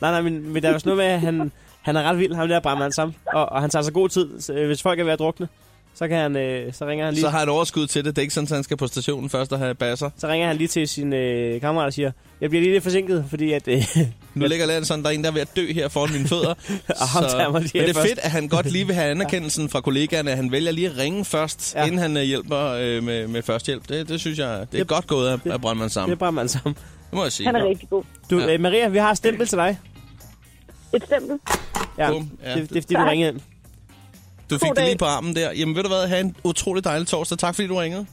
Speaker 3: Nej, nej, men, men der er også noget med, at han, han er ret vild, ham der brandmand Sam. Og, og han tager sig god tid. Så, øh, hvis folk er ved at drukne, så, kan han, øh, så ringer han lige
Speaker 2: Så har han overskud til det. Det er ikke sådan, at han skal på stationen først og have basser.
Speaker 3: Så ringer han lige til sin øh, kammerat og siger, jeg bliver lige lidt forsinket, fordi at, øh,
Speaker 2: Nu ligger landet sådan, der er en, der er ved at dø her foran mine fødder.
Speaker 3: Og ham tager jeg mig
Speaker 2: men
Speaker 3: lige
Speaker 2: det er
Speaker 3: af
Speaker 2: fedt, at han godt lige vil have anerkendelsen fra kollegaerne. at Han vælger lige at ringe først, ja.
Speaker 3: Ja.
Speaker 2: inden han øh, hjælper øh, med, med førstehjælp. Det, det synes jeg, det er godt gået af, af Brøndmann
Speaker 3: det
Speaker 2: sammen.
Speaker 3: er bare man sammen.
Speaker 2: Det må jeg sige.
Speaker 9: Han er rigtig god.
Speaker 3: Du,
Speaker 2: Ja.
Speaker 3: ja. øh, Maria, vi har et stempel til dig.
Speaker 9: Et stempel.
Speaker 3: Ja,
Speaker 2: Bum. Ja,
Speaker 3: det, det, er fordi, du
Speaker 9: tak.
Speaker 3: ringede ind.
Speaker 2: Du fik
Speaker 9: God
Speaker 2: det
Speaker 9: dag.
Speaker 2: lige på armen der. Jamen ved du hvad, have en utrolig dejlig torsdag. Tak fordi du ringede.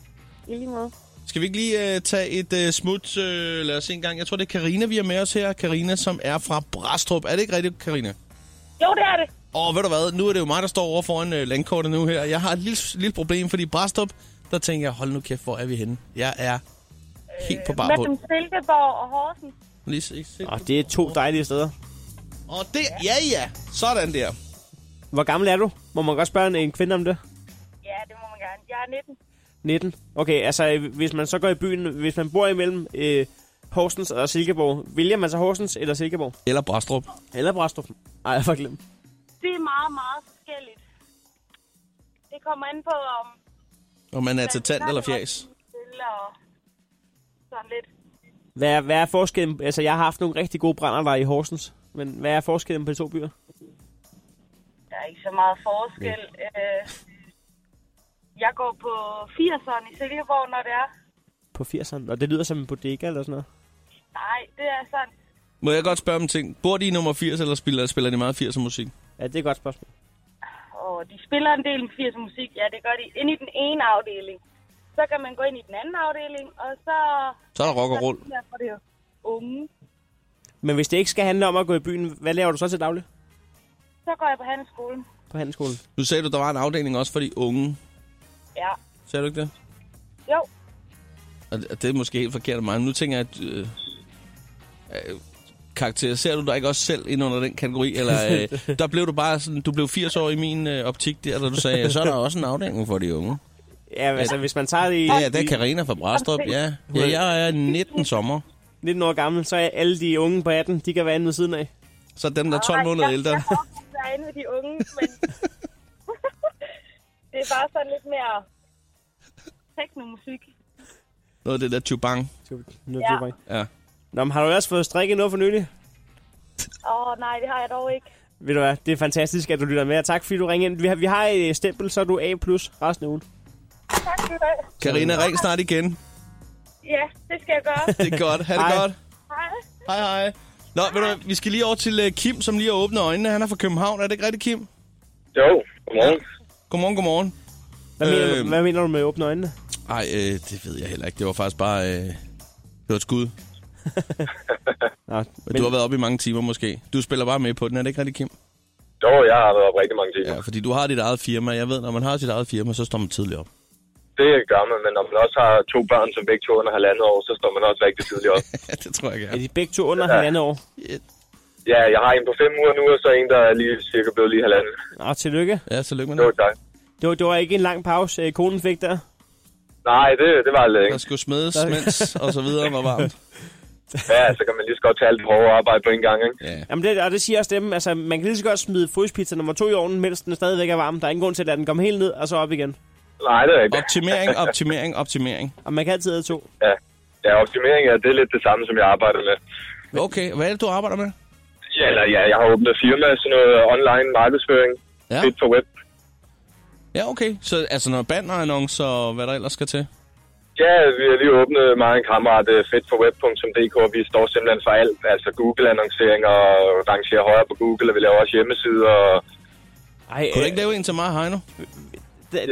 Speaker 9: I lige måde.
Speaker 2: Skal vi ikke lige øh, tage et øh, smut, øh, lad os se en gang. Jeg tror, det er Karina vi er med os her. Karina som er fra Brastrup. Er det ikke rigtigt, Karina?
Speaker 11: Jo, det er det.
Speaker 2: Og ved du hvad, nu er det jo mig, der står over foran øh, landkortet nu her. Jeg har et lille, lille problem, fordi Brastrup, der tænker jeg, hold nu kæft, hvor er vi henne? Jeg er helt på bar
Speaker 11: Mellem Silkeborg og Horsens.
Speaker 2: Lige se, se.
Speaker 3: Og det er to dejlige steder.
Speaker 2: Og det, ja ja, sådan der.
Speaker 3: Hvor gammel er du? Må man godt spørge en, en kvinde om det?
Speaker 11: Ja, det må man gerne. Jeg er 19.
Speaker 3: 19? Okay, altså øh, hvis man så går i byen, hvis man bor imellem øh, Horsens og Silkeborg, vælger man så Horsens eller Silkeborg?
Speaker 2: Eller Brastrup.
Speaker 3: Eller Brastrup. Ej, jeg har glemt.
Speaker 11: Det er meget, meget forskelligt. Det kommer an på, om
Speaker 2: Om man er til tand eller fjas.
Speaker 11: til og sådan lidt.
Speaker 3: Hvad er, hvad er forskellen? Altså, jeg har haft nogle rigtig gode brænder der i Horsens, men hvad er forskellen på de to byer?
Speaker 11: Der er ikke så meget forskel. Øh, jeg går på 80'eren i Silkeborg, når det er.
Speaker 3: På 80'erne, og det lyder som en bodega eller sådan noget.
Speaker 11: Nej, det er sådan.
Speaker 2: Må jeg godt spørge om en ting? Bor de i nummer 80, eller spiller, spiller de meget 80'er musik?
Speaker 3: Ja, det er et godt spørgsmål.
Speaker 11: Og de spiller en del 80 musik. Ja, det gør de. Inde i den ene afdeling. Så kan man gå ind i den anden afdeling, og så...
Speaker 2: Så er der rock og roll.
Speaker 11: Ja, for det er jo unge.
Speaker 3: Men hvis det ikke skal handle om at gå i byen, hvad laver du så til daglig
Speaker 11: Så går jeg på handelsskolen.
Speaker 3: på handelsskolen?
Speaker 2: Nu sagde du, der var en afdeling også for de unge.
Speaker 11: Ja.
Speaker 2: Sagde du ikke det?
Speaker 11: Jo,
Speaker 2: Og det- og det er måske helt forkert af mig. Nu tænker jeg, at... Øh, øh, karakteriserer du dig ikke også selv ind under den kategori? Eller øh, der blev du bare sådan... Du blev 80 år i min øh, optik der, da du sagde, "Ja, så er der også en afdeling for de unge.
Speaker 3: Ja, altså, hvis man tager det i...
Speaker 2: Ja, ja det er Karina fra Brastrup, ja. ja. Jeg er 19 sommer.
Speaker 3: 19 år gammel, så er alle de unge på 18, de kan være inde ved siden af.
Speaker 2: Så dem, der er 12 måneder ældre.
Speaker 11: der er inde ved de unge, men... det er bare sådan lidt mere teknomusik.
Speaker 2: Noget af det der tjubang.
Speaker 3: Nu
Speaker 11: Ja.
Speaker 3: ja.
Speaker 2: Ja.
Speaker 3: Nå, men har du ellers fået strikket noget for nylig?
Speaker 11: Åh, oh, nej, det har jeg dog ikke.
Speaker 3: Ved du hvad, det er fantastisk, at du lytter med, og tak fordi du ringede ind. Vi har, vi har et øh, stempel, så er du A+, resten af ugen.
Speaker 11: Tak skal du have.
Speaker 2: Karina, ring snart igen.
Speaker 11: Ja, det skal jeg gøre.
Speaker 2: Det er godt. Ha' det
Speaker 3: Hej.
Speaker 2: godt.
Speaker 11: Hej.
Speaker 2: Hej, hej. Nå, ved du, hvad, vi skal lige over til øh, Kim, som lige har åbnet øjnene. Han er fra København. Er det ikke rigtigt, Kim?
Speaker 6: Jo, godmorgen.
Speaker 2: Godmorgen, godmorgen.
Speaker 3: Hvad, øh... mener,
Speaker 2: Øhm.
Speaker 3: du, hvad mener du med åbne øjnene?
Speaker 2: Nej, øh, det ved jeg heller ikke. Det var faktisk bare... Øh, det var et skud.
Speaker 3: Nå,
Speaker 2: Men... Du har været oppe i mange timer måske. Du spiller bare med på den, er det ikke rigtigt, Kim?
Speaker 6: Jo, jeg har været op rigtig mange timer.
Speaker 2: Ja, fordi du har dit eget firma. Jeg ved, når man har sit eget firma, så står man tidligt op.
Speaker 6: Det gør man, men når man også har to børn, som begge to er under halvandet år, så står man også rigtig tidligt op.
Speaker 2: Ja, det tror jeg
Speaker 3: Er
Speaker 2: gerne.
Speaker 3: de begge to under ja. halvandet år?
Speaker 6: ja, jeg har en på fem uger nu, og så en, der er lige cirka blevet lige halvandet.
Speaker 3: Nå, tillykke.
Speaker 2: Ja, så lykke med
Speaker 6: Det
Speaker 2: det.
Speaker 6: var tak.
Speaker 3: Det var, det var ikke en lang pause, øh, konen fik der.
Speaker 6: Nej, det, det var lidt
Speaker 2: Der
Speaker 6: ikke.
Speaker 2: skulle smedes,
Speaker 3: Tak.
Speaker 2: mens og så videre var varmt.
Speaker 6: Ja, så kan man lige så godt tage alt det hårde arbejde på en gang, ikke?
Speaker 2: Ja.
Speaker 3: Jamen det, og det siger også dem, altså man kan lige så godt smide fryspizza nummer to i ovnen, mens den stadigvæk er varm. Der er ingen grund til at lade den komme helt ned og så op igen.
Speaker 6: Nej, det er ikke.
Speaker 2: Optimering, optimering, optimering.
Speaker 3: Og man kan altid have to.
Speaker 6: Ja. ja, optimering ja, det er lidt det samme, som jeg arbejder med.
Speaker 2: Okay, hvad er det, du arbejder med?
Speaker 6: Ja, eller, ja, jeg har åbnet firma, sådan noget online markedsføring.
Speaker 2: Ja.
Speaker 6: Ja. Fit for web.
Speaker 2: Ja, okay. Så altså noget bannerannoncer og hvad der ellers skal til?
Speaker 6: Ja, vi har lige åbnet mig og en kammerat øh, fedtforweb.dk. Vi står simpelthen for alt, altså Google-annonceringer og rangerer højere på Google, og vi laver også hjemmesider. Og...
Speaker 3: Ej,
Speaker 2: Kunne du ikke lave en til mig, Heino?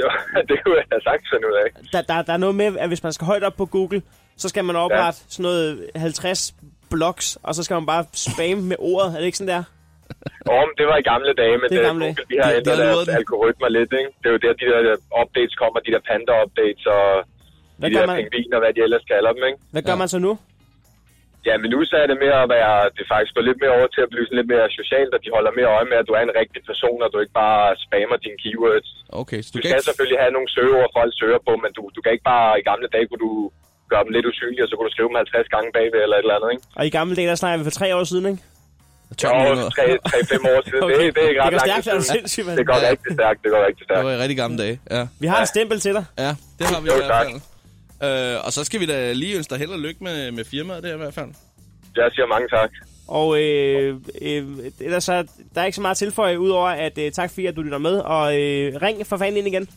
Speaker 6: Jo, det kunne jeg have sagt sådan ud af.
Speaker 3: der, der, der er noget med, at hvis man skal højt op på Google, så skal man oprette ja. sådan noget 50 blogs, og så skal man bare spamme med ordet. Er det ikke sådan der?
Speaker 6: Og om det var i gamle dage, men
Speaker 3: Det
Speaker 6: det
Speaker 3: er
Speaker 6: er
Speaker 3: gamle dage.
Speaker 6: Google, de har
Speaker 2: Det- det
Speaker 6: ændret
Speaker 2: har luret
Speaker 6: deres
Speaker 2: den.
Speaker 6: algoritmer lidt. Ikke? Det er jo der, de der updates kommer, de der panda-updates og
Speaker 3: Hvad
Speaker 6: de
Speaker 3: gør
Speaker 6: der
Speaker 3: man,
Speaker 6: pingviner, hvad de ellers kalder dem. Ikke?
Speaker 3: hvad gør
Speaker 2: Ja.
Speaker 3: man så nu?
Speaker 6: Ja, men nu så er det mere at være, det er faktisk gået lidt mere over til at blive sådan lidt mere socialt, og de holder mere øje med, at du er en rigtig person, og du ikke bare spammer dine keywords.
Speaker 2: Okay, så
Speaker 6: Du
Speaker 2: du kan
Speaker 6: skal
Speaker 2: ikke...
Speaker 6: selvfølgelig have nogle søgeord, folk søger på, men du, du kan ikke bare, i gamle dage kunne du gøre dem lidt usynlige, og så kunne du skrive dem 50 gange bagved eller et eller andet, ikke?
Speaker 3: Og i gamle dage, der snakker vi for tre år siden, ikke?
Speaker 2: Tør
Speaker 6: Jo,
Speaker 2: mig noget.
Speaker 6: 3-5 år siden, okay. det, det er ikke
Speaker 3: det
Speaker 6: ret
Speaker 3: går
Speaker 6: lang
Speaker 3: stærkt, altså. er
Speaker 6: tid
Speaker 3: du
Speaker 6: siden.
Speaker 3: sindssygt,
Speaker 6: Det
Speaker 3: mand.
Speaker 6: går
Speaker 2: Ja.
Speaker 6: rigtig stærkt, det går rigtig
Speaker 2: Det
Speaker 6: stærkt.
Speaker 2: var i rigtig gamle dage, ja.
Speaker 3: Vi har et stempel til dig.
Speaker 2: Ja, det har vi i
Speaker 6: Jo,
Speaker 2: hvert
Speaker 6: tak.
Speaker 2: fald. Øh, og så skal vi da lige ønske dig held og lykke med, med firmaet der i hvert fald.
Speaker 6: Jeg siger mange tak.
Speaker 3: Og øh, øh, ellers så, der er ikke så meget at tilføje, udover at øh, tak fordi, at du lytter med. Og øh, ring for fanden ind igen.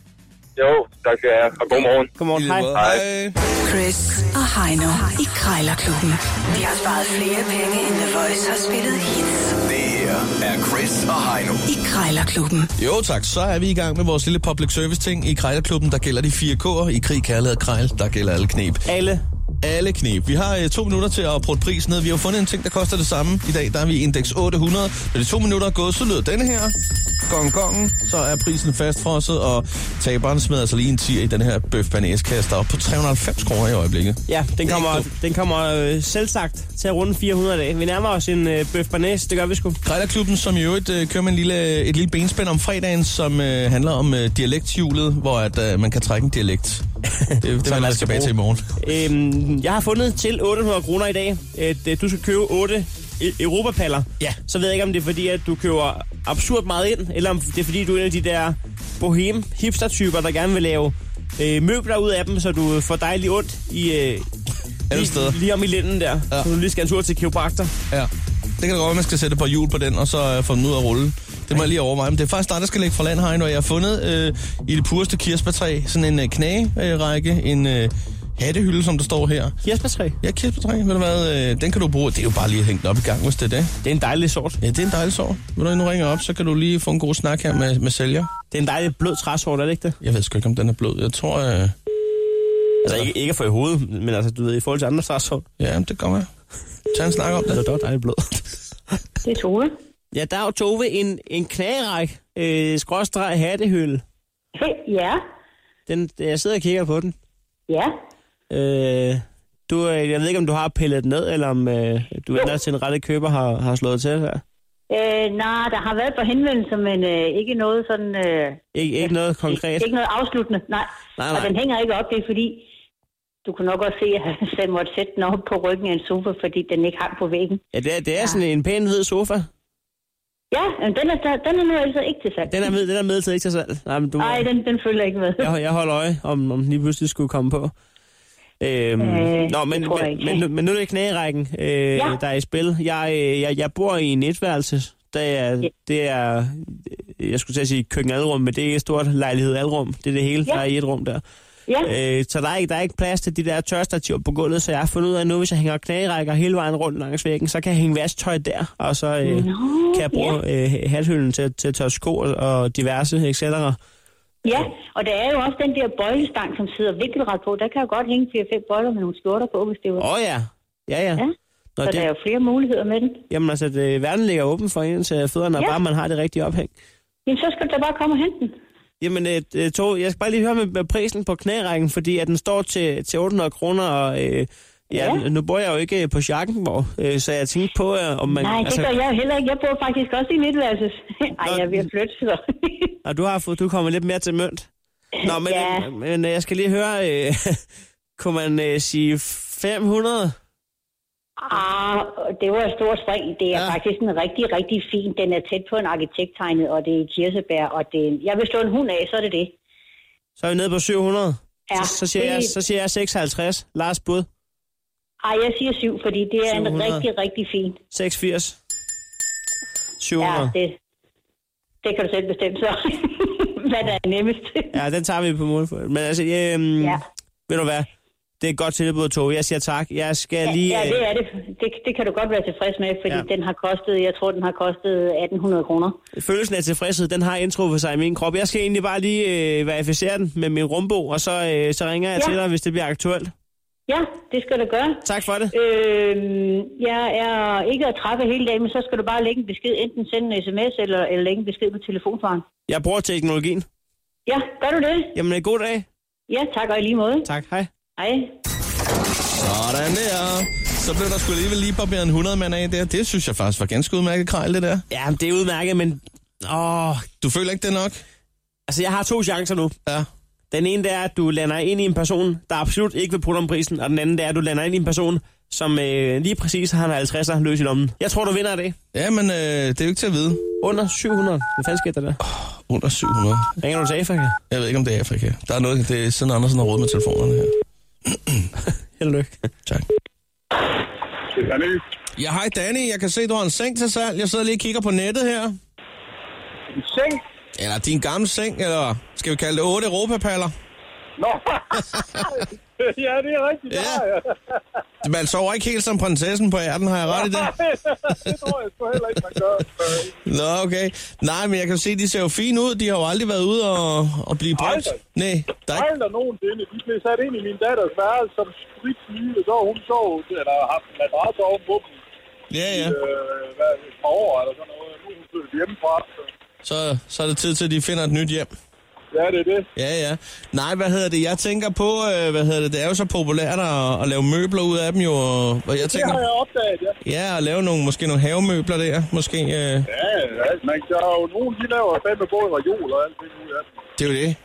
Speaker 6: Jo, tak skal jeg have, og god morgen.
Speaker 3: Godmorgen,
Speaker 2: I lige
Speaker 3: hej.
Speaker 2: måde.
Speaker 6: Hej.
Speaker 1: Chris og Heino i Krejlerklubben. De har sparet flere penge, end The Voice har spillet hits
Speaker 10: Det her er Chris og Heino.
Speaker 1: I Krejlerklubben.
Speaker 2: Jo tak, så er vi i gang med vores lille public service ting. I Krejlerklubben, der gælder de fire K'er. I krig, kærlighed og krejl, der gælder alle knep.
Speaker 3: Alle.
Speaker 2: Alle knep. Vi har øh, to minutter til at prøve pris ned. Vi har jo fundet en ting, der koster det samme. I dag der er vi i indeks 800. Når de to minutter er gået, så lyder denne her. Gong gongen. Så er prisen fastfrosset, og taberen smider altså lige en 10 i den her bøf kasse, der er oppe på 390 kroner i øjeblikket.
Speaker 3: Ja, den
Speaker 2: ikke
Speaker 3: kommer,
Speaker 2: dumt.
Speaker 3: den kommer øh, selv sagt til at runde 400 dage. Vi nærmer os en øh, bøf barnæs, det gør vi sgu.
Speaker 2: Krejlerklubben, som i øvrigt øh, kører med en lille, et lille benspænd om fredagen, som øh, handler om øh, dialekthjulet, hvor at, øh, man kan trække en dialekt. Det, det vender jeg tilbage til i morgen.
Speaker 3: Øhm, jeg har fundet til 800 kroner i dag, at øh, du skal købe 8 e- europapaller.
Speaker 2: Ja.
Speaker 3: Så ved jeg ikke, om det er fordi, at du køber absurd meget ind, eller om det er fordi, du er en af de der bohem hipster-typer, der gerne vil lave øh, møbler ud af dem, så du får dejligt ondt i, øh,
Speaker 2: Alle
Speaker 3: lige,
Speaker 2: steder.
Speaker 3: lige om i linden der. Ja. Så du lige skal en tur til kiropraktor.
Speaker 2: Ja. Det kan da godt være, man skal sætte et par hjul på den, og så øh, få den ud at rulle. Det må jeg lige overveje. Men det er faktisk dig, der skal lægge fra land, Heino. Jeg har fundet øh, i det pureste kirsebærtræ sådan en øh, knagerække, en øh, hattehylde, som der står her.
Speaker 3: Kirsebærtræ?
Speaker 2: Ja, kirsebærtræ. Ved du hvad, øh, den kan du bruge. Det er jo bare lige at hænge den op i gang, hvis det er det.
Speaker 3: Det er en dejlig sort.
Speaker 2: Ja, det er en dejlig sort. Ved du, hvad, nu ringer jeg op, så kan du lige få en god snak her med, med sælger.
Speaker 3: Det er en dejlig blød træsort, er det ikke det?
Speaker 2: Jeg ved sgu ikke, om den er blød. Jeg tror, øh,
Speaker 3: Altså ikke, ikke for i hovedet, men altså, du ved, i forhold til andre træsort.
Speaker 2: ja, jamen, det kommer jeg. Tag en snak om det.
Speaker 3: Altså, det var dejligt blød.
Speaker 12: Det er Tove.
Speaker 3: Ja, der er jo Tove en, en knageræk, øh, skråstreg hattehylde.
Speaker 12: ja,
Speaker 3: Den, jeg sidder og kigger på den.
Speaker 12: ja.
Speaker 3: Øh, du, øh, jeg ved ikke, om du har pillet den ned, eller om øh, du ender til en rette køber har, har slået til her.
Speaker 12: Øh, nej, der har været på henvendelser, men øh, ikke noget sådan... Øh,
Speaker 3: Ikke, ikke noget konkret.
Speaker 12: Ikke, ikke noget afsluttende, nej.
Speaker 3: Nej, nej.
Speaker 12: Og den hænger ikke op, det er fordi, du kan nok også se, at jeg måtte sætte den op på ryggen af en sofa, fordi den ikke hang på væggen.
Speaker 3: Ja, det er, det er ja. sådan en pæn hvid sofa.
Speaker 12: Ja, men den er, der- den er nu altså ikke til salg.
Speaker 3: Den er, med, den er med til ikke til salg. Nej, men du,
Speaker 12: Nej, den, den følger ikke med.
Speaker 3: jeg, jeg holder øje, om, om den lige pludselig skulle komme på. Øhm,
Speaker 12: Øh,
Speaker 3: nå, men,
Speaker 12: det tror jeg
Speaker 3: men,
Speaker 12: ikke.
Speaker 3: men, nu- men nu er det knagerækken, øh, ja. der er i spil. Jeg, øh, jeg, jeg bor i en etværelses. Det er, det er, øh, jeg skulle til at sige køkkenalrum, men det er ikke et stort lejlighed alrum. Det er det hele,
Speaker 12: Ja.
Speaker 3: der er i et rum der.
Speaker 12: Ja,
Speaker 3: Øh, så der er, ikke, der er ikke plads til de der tørstativer på gulvet, så jeg har fundet ud af, at nu hvis jeg hænger knagerækker hele vejen rundt langs væggen, så kan jeg hænge vasktøj der, og så øh,
Speaker 12: Nå,
Speaker 3: kan jeg bruge øh, hathylden til, til at tørre sko og, og diverse, etc.
Speaker 12: ja, og der er jo også den der bøjlestang, som sidder vinkelret på. Der kan jo godt hænge 4-5 boller med nogle skjorter på, hvis det var.
Speaker 3: Åh oh, ja, ja ja.
Speaker 12: Ja,
Speaker 3: Nå,
Speaker 12: så der er
Speaker 3: det,
Speaker 12: jo flere muligheder med den.
Speaker 3: jamen altså, det, verden ligger åben for en til fødderne, og
Speaker 12: Ja.
Speaker 3: bare man har det rigtige ophæng.
Speaker 12: Jamen, så skal du da bare komme og hente den.
Speaker 3: Jamen, øh, øh, Tove, jeg skal bare lige høre med, med prisen på knærækken, fordi at den står til, til 800 kroner, og øh, ja,
Speaker 12: Ja.
Speaker 3: nu bor jeg jo ikke øh, på Schackenborg, øh, så jeg tænkte på, øh, om man...
Speaker 12: Nej, det altså... gør jeg jo heller ikke. Jeg bor faktisk også i midtværelses. Ej, jeg er ved at flytte, så.
Speaker 3: Og du har fået, du kommer lidt mere til mønt. Nå, men,
Speaker 12: Ja.
Speaker 3: men øh, jeg skal lige høre, øh, kunne man øh, sige 500?
Speaker 12: ah, det var et stort spring. Det er ja. faktisk en rigtig, rigtig fin. Den er tæt på en arkitekttegnet, og det er i kirsebær, og det er en... Jeg vil slå en hund af, så er det det.
Speaker 3: Så er vi nede på 700.
Speaker 12: Ja,
Speaker 3: så, så, siger
Speaker 12: det-
Speaker 3: jeg, så siger jeg 56. Lars bud.
Speaker 12: Ej, jeg siger syv, fordi det er 700. en
Speaker 3: 700.
Speaker 12: rigtig, rigtig fin.
Speaker 3: 86.
Speaker 12: Ja,
Speaker 3: 700.
Speaker 12: det, det kan du selv bestemme, så. Hvad der er nemmest.
Speaker 3: Ja, den tager vi på mål for. Men altså, øhm,
Speaker 12: Ja.
Speaker 3: ja. ved du hvad? Det er et godt tilbud, Tove. Jeg siger tak. Jeg skal lige...
Speaker 12: ja,
Speaker 3: øh,
Speaker 12: det er det. det. Det kan du godt være tilfreds med, fordi
Speaker 3: Ja.
Speaker 12: ja. den har kostet, jeg tror, den har kostet 1800 kroner.
Speaker 3: øh, Følelsen af tilfredshed, den har indtruffet sig i min krop. Jeg skal egentlig bare lige øh, verificere den med min rumbo, og så, øh, så ringer jeg
Speaker 12: Ja.
Speaker 3: ja. til dig, hvis det bliver aktuelt.
Speaker 12: Ja, det skal du gøre.
Speaker 3: Tak for det.
Speaker 12: Øhm, jeg er ikke at træffe hele dagen, men så skal du bare lægge en besked. Enten sende en sms, eller, eller lægge en besked på telefonsvaren.
Speaker 3: Jeg bruger teknologien.
Speaker 12: Ja, gør du det?
Speaker 3: Jamen, øh, god dag.
Speaker 12: Ja, tak og i lige måde.
Speaker 3: Tak, hej.
Speaker 12: Hej.
Speaker 2: Sådan der. Så blev der sgu alligevel lige barberet en 100 mand af der. Det synes jeg faktisk var ganske udmærket krejl, det der.
Speaker 3: Ja, det er udmærket, men... Åh,
Speaker 2: Du føler ikke det er nok?
Speaker 3: altså, jeg har to chancer nu.
Speaker 2: Ja.
Speaker 3: Den ene, det er, at du lander ind i en person, der absolut ikke vil putte om prisen, og den anden, det er, at du lander ind i en person, som øh, lige præcis har en 50'er løs i lommen. Jeg tror, du vinder af det.
Speaker 2: Ja, men øh, det er jo ikke til at vide.
Speaker 3: Under 700. Hvad fanden sker der der?
Speaker 2: Under 700.
Speaker 3: Ringer du til Afrika?
Speaker 2: Jeg ved ikke, om det er Afrika. Der er noget, det er sådan Andersen har råd med telefonerne her.
Speaker 3: Held og lykke.
Speaker 2: Tak. Ja, hej Danny. Jeg kan se, du har en seng til salg. Jeg sidder lige og kigger på nettet her.
Speaker 4: En seng?
Speaker 2: Eller din gamle seng, eller skal vi kalde det 8 europapaller?
Speaker 4: Nå. ja, det er rigtigt. Ja. ja.
Speaker 2: Man sover ikke helt som prinsessen på ærten, har jeg ret i det?
Speaker 4: det tror jeg sgu heller ikke, man gør.
Speaker 2: Nå, okay. Nej, men jeg kan se, de ser jo fine ud. De har jo aldrig været ude og, og blive brugt.
Speaker 4: Aldrig.
Speaker 2: Nej, der er ikke...
Speaker 4: Aldrig nogensinde. Vi blev sat ind i min datters værelse som stridt nye, og så var hun sov, eller har haft en madrasse oven på dem.
Speaker 2: Ja, ja.
Speaker 4: I, øh, hvad, et par år eller sådan noget. Nu er hun flyttet hjemmefra. Så.
Speaker 2: Så, så er det tid til, at de finder et nyt hjem.
Speaker 4: Ja, det er det.
Speaker 2: Ja, ja. Nej, hvad hedder det? Jeg tænker på, øh, hvad hedder det? Det er jo så populært at, at lave møbler ud af dem jo, og, og jeg
Speaker 4: Det har
Speaker 2: tænker...
Speaker 4: jeg opdaget, ja.
Speaker 2: Ja, at lave nogle, måske nogle havemøbler der, måske... Øh,
Speaker 4: Ja, ja, man kan jo... Nogen, de laver fandme både reol og alt det nu, ja.
Speaker 2: det er jo det.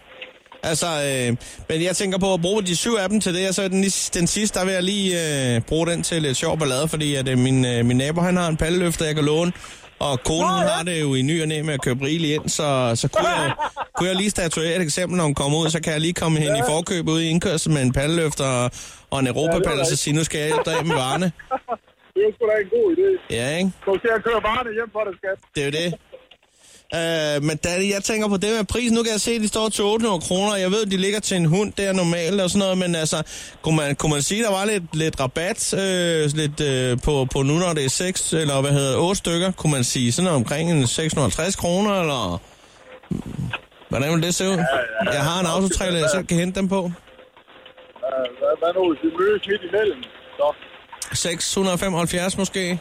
Speaker 2: Altså, øh, men jeg tænker på at bruge de syv af dem til det, og så den, lis- den sidste, der vil jeg lige øh, bruge den til lidt sjov ballade, fordi at, øh, min, øh, min nabo, han har en palleløfter, jeg kan låne, og konen hun har det jo i ny og næ med at købe rigeligt ind, så, så kunne, jeg, kunne jeg lige statuere et eksempel, når hun kommer ud, så kan jeg lige komme hen i forkøbet ude i indkørsel med en palleløfter og, og en europapalle, og så sige, nu skal jeg hjælpe dig hjem med varerne.
Speaker 4: Det er sgu da en god idé.
Speaker 2: Ja, ikke?
Speaker 4: Så skal jeg køre varerne hjem for dig, skat.
Speaker 2: Det er jo det. Øh, men Danny, jeg tænker på det med prisen. Nu kan jeg se, at de står til 800 kroner. Jeg ved, de ligger til en hund der normalt og sådan noget, men altså, kunne man, kunne man sige, at der var lidt, lidt rabat øh, lidt, øh, på, på nu, når det er 6, eller hvad hedder 8 stykker? Kunne man sige sådan noget omkring en 650 kroner, eller... Hvordan vil det se ud? Jeg har en autotrailer, jeg selv kan hente dem på.
Speaker 4: Ja, Hvad, hvad nu, hvis vi mødes midt imellem? Så,
Speaker 2: 675 måske?
Speaker 4: ja.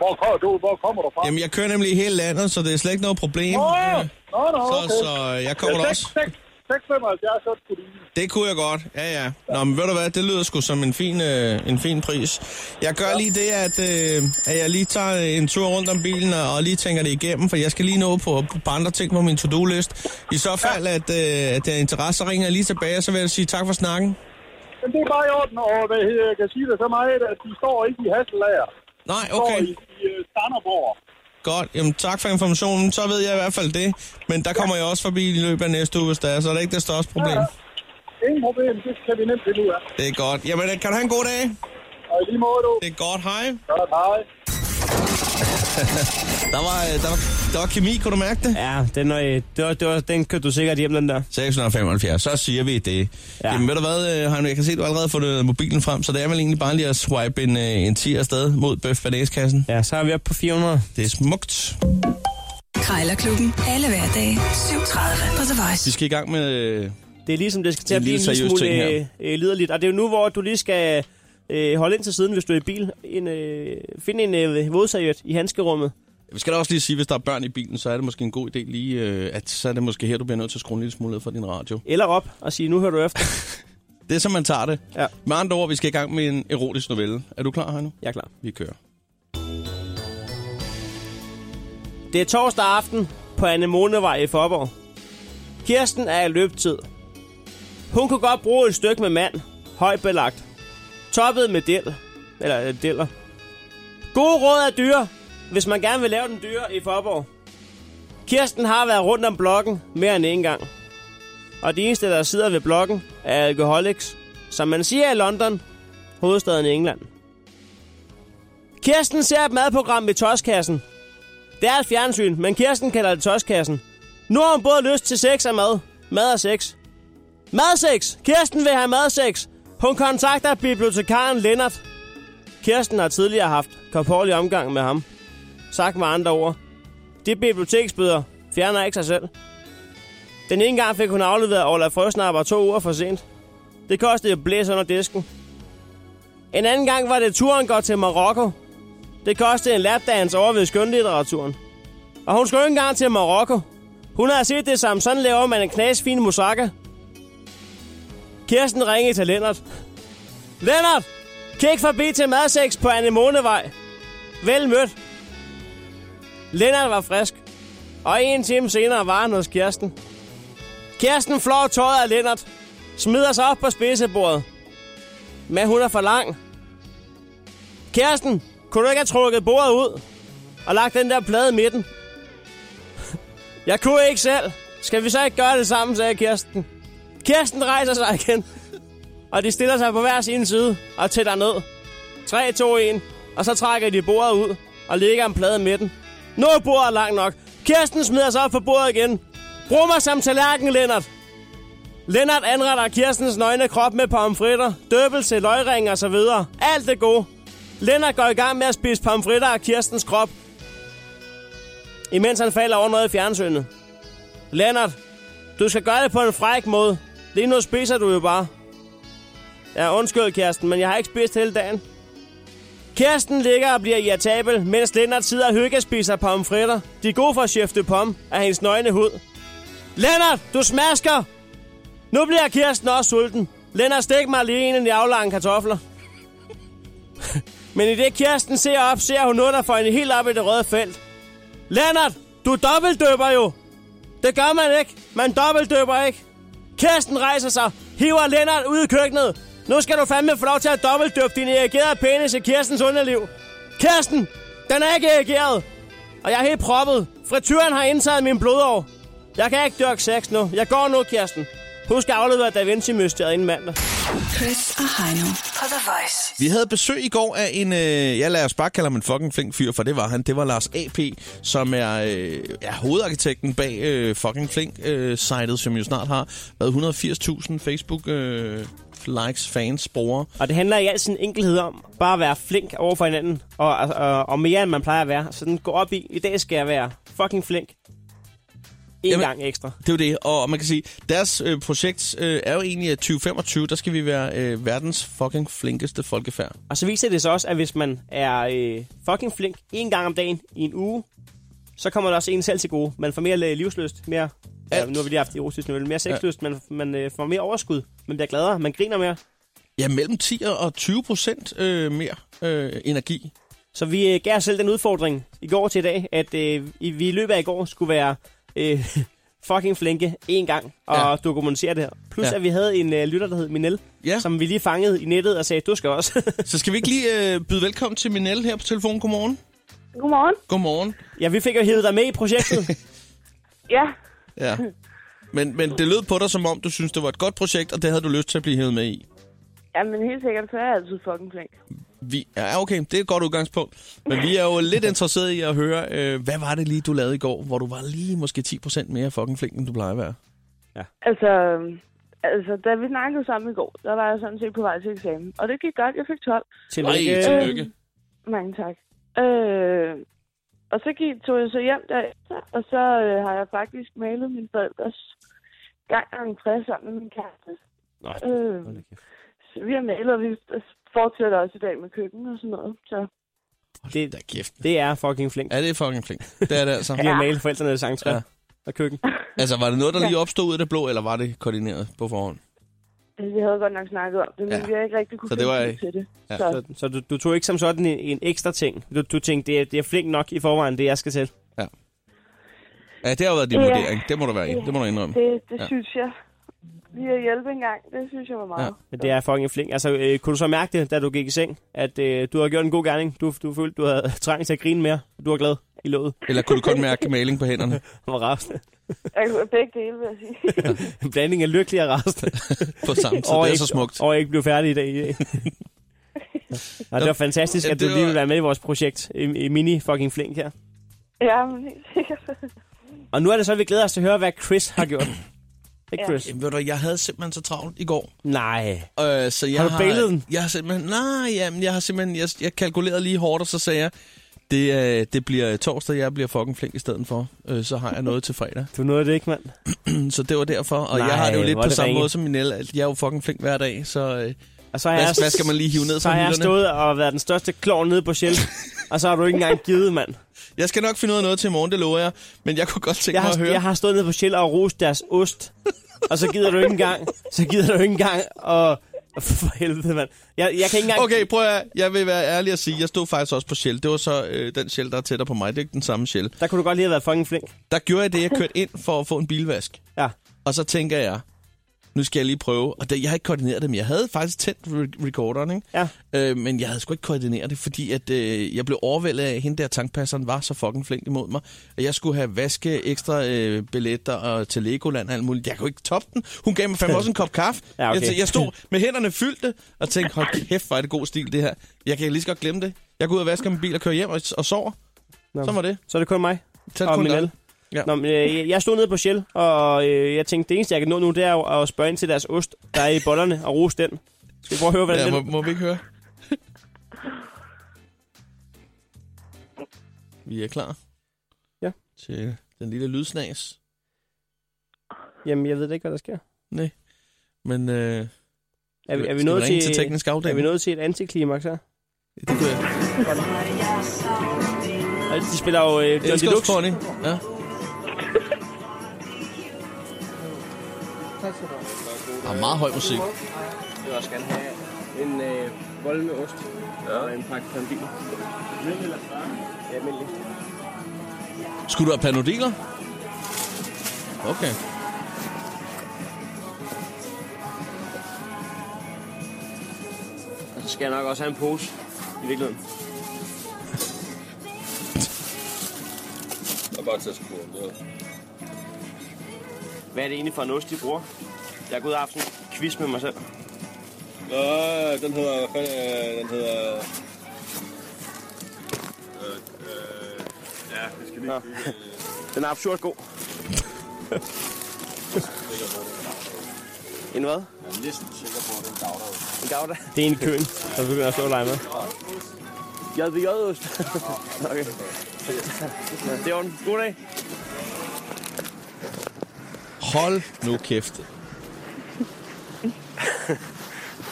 Speaker 4: Hvor, kommer du, hvor kommer du fra?
Speaker 2: Jamen, jeg kører nemlig i hele landet, så det er slet ikke noget problem.
Speaker 4: Nå,
Speaker 2: Øh,
Speaker 4: nå, nå,
Speaker 2: Så,
Speaker 4: okay.
Speaker 2: så øh, jeg kommer da
Speaker 4: ja,
Speaker 2: også.
Speaker 4: 6, 675, så skulle du
Speaker 2: Det kunne jeg godt, ja ja. Nå, men ved du hvad, det lyder sgu som en fin, øh, en fin pris. Jeg gør lige det, at, øh, at jeg lige tager en tur rundt om bilen og, og lige tænker det igennem, for jeg skal lige nå på, på andre ting på min to-do-list. I så fald, at, øh, at der er interesse, så ringer jeg lige tilbage, og så vil jeg sige tak for snakken.
Speaker 4: Men det er bare i orden, og hvad hedder, jeg kan sige det så meget, at de står ikke i Hasselager.
Speaker 2: Nej,
Speaker 4: okay.
Speaker 2: okay.
Speaker 4: De står i, i øh, Standerborg.
Speaker 2: Godt, jamen tak for informationen, så ved jeg i hvert fald det. Men der kommer jeg også forbi i løbet af næste uge, hvis der er, så er det ikke det største problem.
Speaker 4: Ingen problem, det kan vi nemt finde ud af.
Speaker 2: Det er godt. Jamen, kan du have en god dag?
Speaker 4: Og i lige måde, du.
Speaker 2: Det er godt, hej.
Speaker 4: Godt, hej.
Speaker 2: Der var, øh, der var, der var kemi, kunne du mærke det?
Speaker 3: Ja, den, øh, det var, det var, den kørte du sikkert hjem, den der.
Speaker 2: 675, så siger vi det. Ja. Jamen ved du hvad, øh, Heino, jeg kan se, at du allerede har fundet mobilen frem, så det er vel egentlig bare lige at swipe en, øh, en 10 afsted mod Bøf Banæskassen.
Speaker 3: Ja, så er vi oppe på 400.
Speaker 2: Det er smukt.
Speaker 1: Krejlerklubben. Alle hverdage. 7.30 på The Voice.
Speaker 2: Vi skal i gang med... Øh,
Speaker 3: Det er ligesom, det skal til at
Speaker 2: En
Speaker 3: blive en
Speaker 2: lille
Speaker 3: lille
Speaker 2: seriøs
Speaker 3: smule
Speaker 2: ting her.
Speaker 3: øh, øh, liderligt. Og det er jo nu, hvor du lige skal øh, holde ind til siden, hvis du er i bil. En, øh, finde en øh, vådseriøt i handskerummet.
Speaker 2: vi skal da også lige sige, hvis der er børn i bilen, så er det måske en god idé lige, øh, at så er det måske her, du bliver nødt til at skrue en lille smule ned for din radio.
Speaker 3: Eller op og sige, nu hører du efter.
Speaker 2: Det er, som man tager det.
Speaker 3: Ja.
Speaker 2: Med andre ord, vi skal i gang med en erotisk novelle. Er du klar, Heino?
Speaker 3: Jeg er klar.
Speaker 2: Vi kører.
Speaker 3: Det er torsdag aften på Anemonevej i Forborg. Kirsten er i løbetid. Hun kunne godt bruge et stykke med mand, højt belagt. Toppet med del, eller øh, deller. Gode råd er dyre, hvis man gerne vil lave den dyre i Forborg. Kirsten har været rundt om blokken mere end en gang. Og de eneste, der sidder ved blokken, er alkoholics, som man siger i London, hovedstaden i England. Kirsten ser et madprogram i Toskassen, det er et fjernsyn, men Kirsten kalder det toskassen. Nu har hun både lyst til sex og mad. Mad og sex. Mad og sex! Kirsten vil have mad og sex. Hun kontakter bibliotekaren Lennart. Kirsten har tidligere haft korporlig omgang med ham. Sagt med andre ord. De biblioteksbøder fjerner ikke sig selv. Den ene gang fik hun afleveret Ola Frøsnapper to uger for sent. Det kostede et blæs under disken. En anden gang var det turen går til Marokko. Det kostede en lapdance over ved skønlitteraturen. Og hun skulle ikke engang til Marokko. Hun har set det samme. Sådan laver man en knasfin moussaka. Kirsten ringede til Lennart. Lennart! Kig forbi til madsex på Anemonevej. Vel mødt. Lennart var frisk. Og en time senere var han hos Kirsten. Kirsten flår tøjet af Lennart. Smider sig op på spidsebordet. Men hun er for lang. Kirsten, kunne du ikke have trukket bordet ud og lagt den der plade i midten? Jeg kunne ikke selv. Skal vi så ikke gøre det sammen, sagde Kirsten. Kirsten rejser sig igen, og de stiller sig på hver sin side og tæller ned. 3, 2, 1, og så trækker de bordet ud og lægger en plade i midten. Nu er bordet langt nok. Kirsten smider sig op på bordet igen. Brug mig som tallerken, Lennart. Lennart anretter Kirstens nøgne krop med pomfritter, døbelse, løgring og så videre. Alt det gode. Lennart går i gang med at spise pomfritter af Kirstens krop, imens han falder over noget i fjernsynet. Lennart, du skal gøre det på en fræk måde. Lige nu spiser du jo bare. Ja, undskyld, Kirsten, men jeg har ikke spist hele dagen. Kirsten ligger og bliver irritabel, mens Lennart sidder og hyggespiser pomfritter. De er gode for at chefte pom af hendes nøgne hud. Lennart, du smasker! Nu bliver Kirsten også sulten. Lennart, stik mig lige en af de aflange kartofler. Men i det Kirsten ser op, ser hun noget, der får hende helt op i det røde felt. Lennart, du dobbeltdøber jo! Det gør man ikke. Man dobbeltdøber ikke. Kirsten rejser sig, hiver Lennart ud i køkkenet. Nu skal du fandme få lov til at dobbeltdøbe din erigerede penis i Kirstens underliv. Kirsten, den er ikke erigeret. Og jeg er helt proppet. Frityren har indtaget min blodår. Jeg kan ikke dyrke sex nu. Jeg går nu, Kirsten. Husk at aflevere Da Vinci-mysteriet inden mandag.
Speaker 1: Chris og Heino på The Voice.
Speaker 2: Vi havde besøg i går af en, øh, jeg lader os bare kalde ham en fucking flink fyr, for det var han. Det var Lars AP, som er, øh, er hovedarkitekten bag øh, fucking flink-sitet, øh, som jo snart har været 180.000 Facebook... Øh, likes, fans, brugere.
Speaker 3: Og det handler i al sin enkelhed om bare at være flink over for hinanden, og, og, og mere end man plejer at være. Så den går op i, i dag skal jeg være fucking flink. En
Speaker 2: Jamen-
Speaker 3: gang ekstra.
Speaker 2: Det er jo det, og man kan sige, deres øh, projekt øh, er jo egentlig at 2025, der skal vi være øh, verdens fucking flinkeste folkefærd.
Speaker 3: Og så viser det sig også, at hvis man er øh, fucking flink en gang om dagen i en uge, så kommer det også en selv til gode. Man får mere øh, livsløst, mere... Ja, nu har vi lige haft erotisk nøvel. Mere sexlyst, man, man øh, får mere overskud. Man bliver gladere, man griner mere.
Speaker 2: Ja, mellem 10 og 20 procent øh, mere øh, energi.
Speaker 3: Så vi øh, gav os selv den udfordring i går til i dag, at øh, i- vi i løbet af i går skulle være øh, fucking flinke en gang og ja. dokumentere det her. Plus
Speaker 2: Ja.
Speaker 3: ja. at vi havde en øh, lytter, der hed Minel,
Speaker 2: ja.
Speaker 3: som vi lige fangede i nettet og sagde, du skal også.
Speaker 2: så skal vi ikke lige øh, byde velkommen til Minel her på telefonen? Godmorgen.
Speaker 9: Godmorgen.
Speaker 2: Godmorgen.
Speaker 3: Ja, vi fik jo hivet dig med i projektet.
Speaker 9: Ja,
Speaker 2: ja. Men, men det lød på dig, som om du synes det var et godt projekt, og det havde du lyst til at blive hævet med i.
Speaker 9: ja men helt sikkert, så er jeg altid fucking flink.
Speaker 2: Vi, ja, okay, det er et godt udgangspunkt. Men vi er jo lidt interesserede i at høre, øh, hvad var det lige, du lavede i går, hvor du var lige måske 10% mere fucking flink, end du plejer at være?
Speaker 9: Altså, altså, da vi snakkede sammen i går, der var jeg sådan set på vej til eksamen. Og det gik godt, jeg fik 12.
Speaker 2: Tillykke. Ej,
Speaker 9: Øh,
Speaker 2: tillykke.
Speaker 9: mange tak. Øh, og så gik, tog jeg så hjem derefter, og så øh, har jeg faktisk malet min forældres gang og entré sammen med min kæreste.
Speaker 3: Nå,
Speaker 9: øh, så vi har malet, og vi fortsætter også i dag med køkken og sådan noget. Så
Speaker 3: det,
Speaker 2: da kæft.
Speaker 3: det er fucking flink.
Speaker 2: Ja, det er fucking flink. Det er det altså.
Speaker 3: Vi har malet forældrene sangtræ
Speaker 2: Ja.
Speaker 3: ja. og køkken.
Speaker 2: Altså, var det noget, der
Speaker 9: Ja.
Speaker 2: lige opstod ud af det blå, eller var det koordineret på forhånd?
Speaker 9: øh, vi havde godt nok snakket om det, men
Speaker 3: Ja.
Speaker 9: ja. vi har ikke rigtig kunne
Speaker 3: Så det var
Speaker 9: finde tid
Speaker 3: ikke-
Speaker 9: til det.
Speaker 3: Ja.
Speaker 9: Så,
Speaker 3: Så, så du, du tog ikke som sådan en, en ekstra ting. Du, du tænkte, det er, det er flink nok i forvejen, det jeg skal til.
Speaker 2: Ja. Ja, det har jo været din
Speaker 9: Ja.
Speaker 2: vurdering. Det må du være i. Det må du indrømme.
Speaker 9: Det, det
Speaker 2: ja.
Speaker 9: ja. synes jeg. Lige at hjælpe en gang, det synes jeg var meget.
Speaker 3: Men det er fucking flink. Altså, øh, kunne du så mærke det, da du gik i seng, at øh, du havde gjort en god gerning? Du, du følte, du havde trængt til at grine mere. Du var glad i låget.
Speaker 2: Eller kunne du kun mærke maling på hænderne?
Speaker 3: var rasende.
Speaker 9: Jeg kunne Altså, begge dele, vil jeg sige.
Speaker 3: En blanding af lykkelig og rasende.
Speaker 2: På samme tid.
Speaker 3: Og
Speaker 2: Det er
Speaker 3: ikke-
Speaker 2: så smukt.
Speaker 3: Og ikke blev færdig i dag. Ja. Og det var fantastisk,
Speaker 2: Ja,
Speaker 3: at du
Speaker 2: det
Speaker 3: lige
Speaker 2: var-
Speaker 3: ville være med i vores projekt. I, i mini fucking flink her.
Speaker 9: Ja, men helt sikkert.
Speaker 3: Og nu er det så, at vi glæder os til at høre, hvad Chris har gjort. Hey,
Speaker 9: Ja.
Speaker 3: Chris.
Speaker 2: Jamen, ved du, jeg havde simpelthen så travlt i går.
Speaker 3: Nej.
Speaker 2: Øh, så jeg
Speaker 3: Har du bailet den?
Speaker 2: Jeg har simpelthen... Nej, jamen, jeg har simpelthen... Jeg, jeg kalkulerede lige hårdt, og så sagde jeg, det, øh, det bliver torsdag, jeg bliver fucking flink i stedet for. Øh, så har jeg noget til fredag.
Speaker 3: Du nåede det ikke, mand.
Speaker 2: så det var derfor. Og
Speaker 3: Nej,
Speaker 2: jeg har det jo lidt
Speaker 3: hvor
Speaker 2: på
Speaker 3: er det
Speaker 2: samme
Speaker 3: ringe.
Speaker 2: måde som Minel. at Jeg er jo fucking flink hver dag, så... Øh,
Speaker 3: Og så har
Speaker 2: hvad,
Speaker 3: jeg,
Speaker 2: hvad, skal man lige hive ned
Speaker 3: Så
Speaker 2: fra
Speaker 3: har jeg
Speaker 2: hylderne?
Speaker 3: stået og været den største klovn nede på Shell. og så har du ikke engang givet, mand.
Speaker 2: Jeg skal nok finde ud af noget til i morgen, det lover jeg. Men jeg kunne godt tænke
Speaker 3: Jeg
Speaker 2: mig
Speaker 3: har,
Speaker 2: at høre...
Speaker 3: jeg har stået nede på Shell og rost deres ost. og så gider du ikke engang. Så gider du ikke engang. Og for helvede, mand. Jeg, jeg kan ikke engang...
Speaker 2: Okay, prøv at høre. Jeg vil være ærlig og sige, jeg stod faktisk også på Shell. Det var så øh, den Shell, der er tættere på mig. Det er ikke den samme Shell.
Speaker 3: Der kunne du godt lige have været fucking flink.
Speaker 2: Der gjorde jeg det, jeg kørte ind for at få en bilvask.
Speaker 3: Ja.
Speaker 2: Og så tænker jeg, nu skal jeg lige prøve. Og det, jeg har ikke koordineret det, men jeg havde faktisk tændt re- recorderen, ikke?
Speaker 3: Ja.
Speaker 2: Øh, men jeg havde sgu ikke koordineret det, fordi at, øh, jeg blev overvældet af, at hende der tankpasseren var så fucking flink imod mig. At jeg skulle have vaske, ekstra øh, billetter og til Legoland og alt muligt. Jeg kunne ikke toppe den. Hun gav mig fandme også en kop kaffe.
Speaker 3: Ja, okay.
Speaker 2: jeg, jeg stod med hænderne fyldte og tænkte, hold kæft, hvor er det god stil det her. Jeg kan lige så godt glemme det. Jeg går ud og vasker min bil og kører hjem og, og sover.
Speaker 3: Nå.
Speaker 2: Så var det.
Speaker 3: Så er det kun mig.
Speaker 2: Så er det
Speaker 3: og
Speaker 2: kun
Speaker 3: min
Speaker 2: dig.
Speaker 3: el. Ja. Nå, men, øh, jeg stod nede på Shell, og øh, jeg tænkte, det eneste, jeg kan nå nu, det er jo at spørge ind til deres ost, der er i bollerne, og rose den. Skal vi prøve at høre, hvordan
Speaker 2: Ja,
Speaker 3: den...
Speaker 2: må, må vi ikke høre? vi er klar.
Speaker 3: Ja.
Speaker 2: Til den lille lydsnas.
Speaker 3: Jamen, jeg ved da ikke, hvad der sker.
Speaker 2: Nej. Men øh,
Speaker 3: Er, vi- er vi
Speaker 2: Skal
Speaker 3: nået
Speaker 2: vi ringe
Speaker 3: til,
Speaker 2: til teknisk afdeling?
Speaker 3: Er vi nået til et antiklimaks her?
Speaker 2: Det kunne jeg.
Speaker 3: Og de spiller jo øh, John
Speaker 2: Elsker os,
Speaker 3: Deluxe.
Speaker 2: Connie. Ja.
Speaker 5: Og
Speaker 2: meget høj musik.
Speaker 5: øh, Jeg vil også gerne have en øh, bolle med ost ja. og en pakke pandiner. Almindelig eller far? Almindelig.
Speaker 2: Skulle du have panodiler? Okay.
Speaker 5: Og så skal jeg nok også have en pose i virkeligheden.
Speaker 13: Jeg er bare til at skrue om det.
Speaker 5: Hvad er det egentlig for en ost, de bruger? Jeg er gået i aften quiz med mig selv.
Speaker 13: Nå, den hedder... Hvad fanden, øh, den hedder... Øh, øh, ja, det skal lige...
Speaker 5: Nå. Den er absurd god. en hvad?
Speaker 13: Jeg er næsten sikker på, at det er en dagdag.
Speaker 5: En gavda?
Speaker 3: Det er en køn, der begynder at slå dig med.
Speaker 5: JBJ-ost. okay. Det var en god dag.
Speaker 2: Hold nu kæft.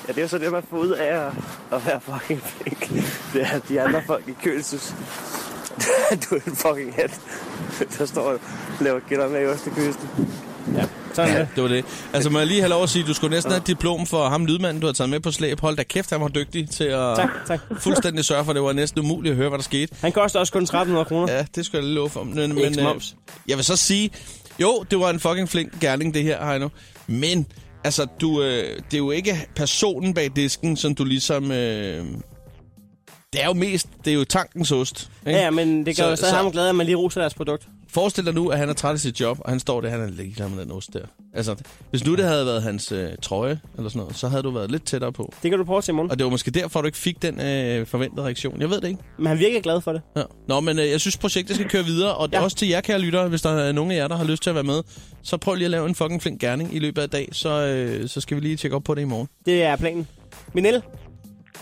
Speaker 5: Ja, det er jo så det, man får ud af at, at være fucking flink. Det er, at de andre folk i køen synes, du er en fucking hat. Der står og laver gætter med i Østekysten.
Speaker 3: Ja,
Speaker 2: Sådan ja, det var det. Altså, må jeg lige have lov at sige, du skulle næsten have et diplom for ham lydmanden, du har taget med på slæb. Hold da kæft, han var dygtig til at
Speaker 3: Tak, tak.
Speaker 2: fuldstændig sørge for, at det var næsten umuligt at høre, hvad der skete.
Speaker 3: Han koster også kun 1300 kroner.
Speaker 2: Ja, det skal jeg lige love for. Men, øh,
Speaker 3: Ikke moms.
Speaker 2: jeg vil så sige, jo, det var en fucking flink gerning, det her, Heino. Men, altså, du, øh, det er jo ikke personen bag disken, som du ligesom... Øh, det er jo mest, det er jo tankens ost.
Speaker 3: Ja, ja, men det gør jo stadig ham glad, at man lige roser deres produkt.
Speaker 2: Forestil dig nu, at han er træt af sit job, og han står der, han er ligeglad med den ost der. Altså, hvis nu det havde været hans øh, trøje, eller sådan noget, så havde du været lidt tættere på.
Speaker 3: Det kan du prøve til i morgen.
Speaker 2: Og det var måske derfor, du ikke fik den øh, forventede reaktion. Jeg ved det ikke.
Speaker 3: Men han virker glad for det.
Speaker 2: Ja. Nå, men øh, jeg synes, projektet skal køre videre, og ja. også til jer, kære lyttere, hvis der er nogen af jer, der har lyst til at være med, så prøv lige at lave en fucking flink gerning i løbet af dag, så, øh, så skal vi lige tjekke op på det i morgen.
Speaker 3: Det er planen. Minel,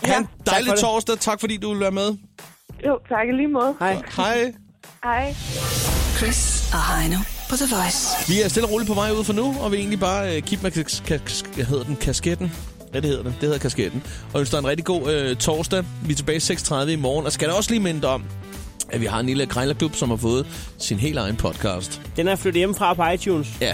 Speaker 2: Ja, en dejlig
Speaker 3: for det.
Speaker 2: torsdag. Tak fordi du vil være med.
Speaker 9: Jo, tak i lige måde.
Speaker 3: Hej.
Speaker 2: Hej.
Speaker 9: Hej.
Speaker 1: Chris og Heino på The Voice.
Speaker 2: Vi er stille og roligt på vej ud for nu, og vi egentlig bare øh, keep med kas- kas- hvad hedder den, kasketten. Ja, det hedder den. Det hedder kasketten. Og ønsker dig en rigtig god øh, torsdag. Vi er tilbage 6.30 i morgen, og skal da også lige minde dig om, at vi har en lille krejlerklub, som har fået sin helt egen podcast.
Speaker 3: den er flyttet hjemmefra på iTunes.
Speaker 2: Ja,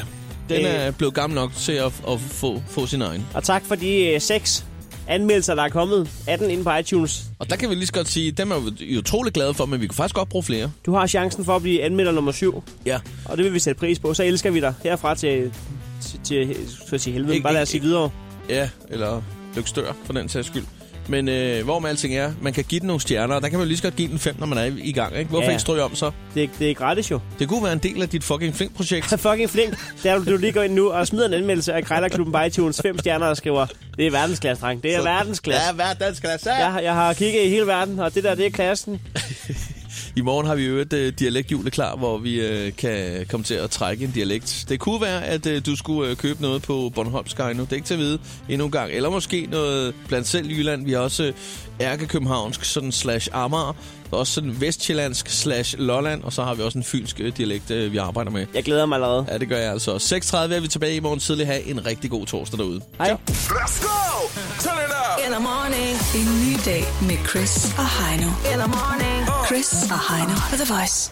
Speaker 2: den
Speaker 3: Øh.
Speaker 2: er blevet gammel nok til at, at få, få sin egen.
Speaker 3: Og tak for de øh, seks anmeldelser, der er kommet. 18 inde på iTunes.
Speaker 2: Og der kan vi lige så godt sige, dem er vi utrolig glade for, men vi kunne faktisk godt bruge flere.
Speaker 3: Du har chancen for at blive anmelder nummer 7.
Speaker 2: Ja.
Speaker 3: Og det vil vi sætte pris på. Så elsker vi dig herfra til, til, til, til, til helvede. Bare lad os sige videre.
Speaker 2: Ja, eller lykstør for den sags skyld. Men øh, hvor med alting er, man kan give den nogle stjerner, og der kan man jo lige så godt give den fem, når man er i, i gang. Ikke? Hvorfor
Speaker 3: Ja.
Speaker 2: ja. ikke stryge om så?
Speaker 3: Det, det er gratis jo.
Speaker 2: Det kunne være en del af dit fucking flink-projekt.
Speaker 3: Så fucking flink. Der er du, du lige går ind nu og smider en anmeldelse af Krejlerklubben på iTunes. Fem stjerner og skriver, det er verdensklasse, dreng. Det er
Speaker 2: Så-
Speaker 3: verdensklasse.
Speaker 2: Ja, verdensklasse.
Speaker 3: Jeg, jeg har kigget i hele verden, og det der, det er klassen.
Speaker 2: I morgen har vi jo et øh, dialekthjul klar, hvor vi øh, kan komme til at trække en dialekt. Det kunne være, at øh, du skulle øh, købe noget på Bornholms Guide nu. Det er ikke til at vide endnu en gang. Eller måske noget blandt selv Jylland. Vi har også øh, ærkekøbenhavnsk sådan slash Amager. Der er også sådan vestjyllandsk slash Lolland. Og så har vi også en fynsk øh, dialekt, øh, vi arbejder med.
Speaker 3: Jeg glæder mig allerede.
Speaker 2: Ja, det gør jeg altså. 6.30 er vi tilbage i morgen tidlig. Ha' en rigtig god torsdag derude.
Speaker 3: Hej.
Speaker 1: Let's go! Turn it up! In the morning. En ny dag med Chris og Heino. In the morning. Chris og Heino på The Voice.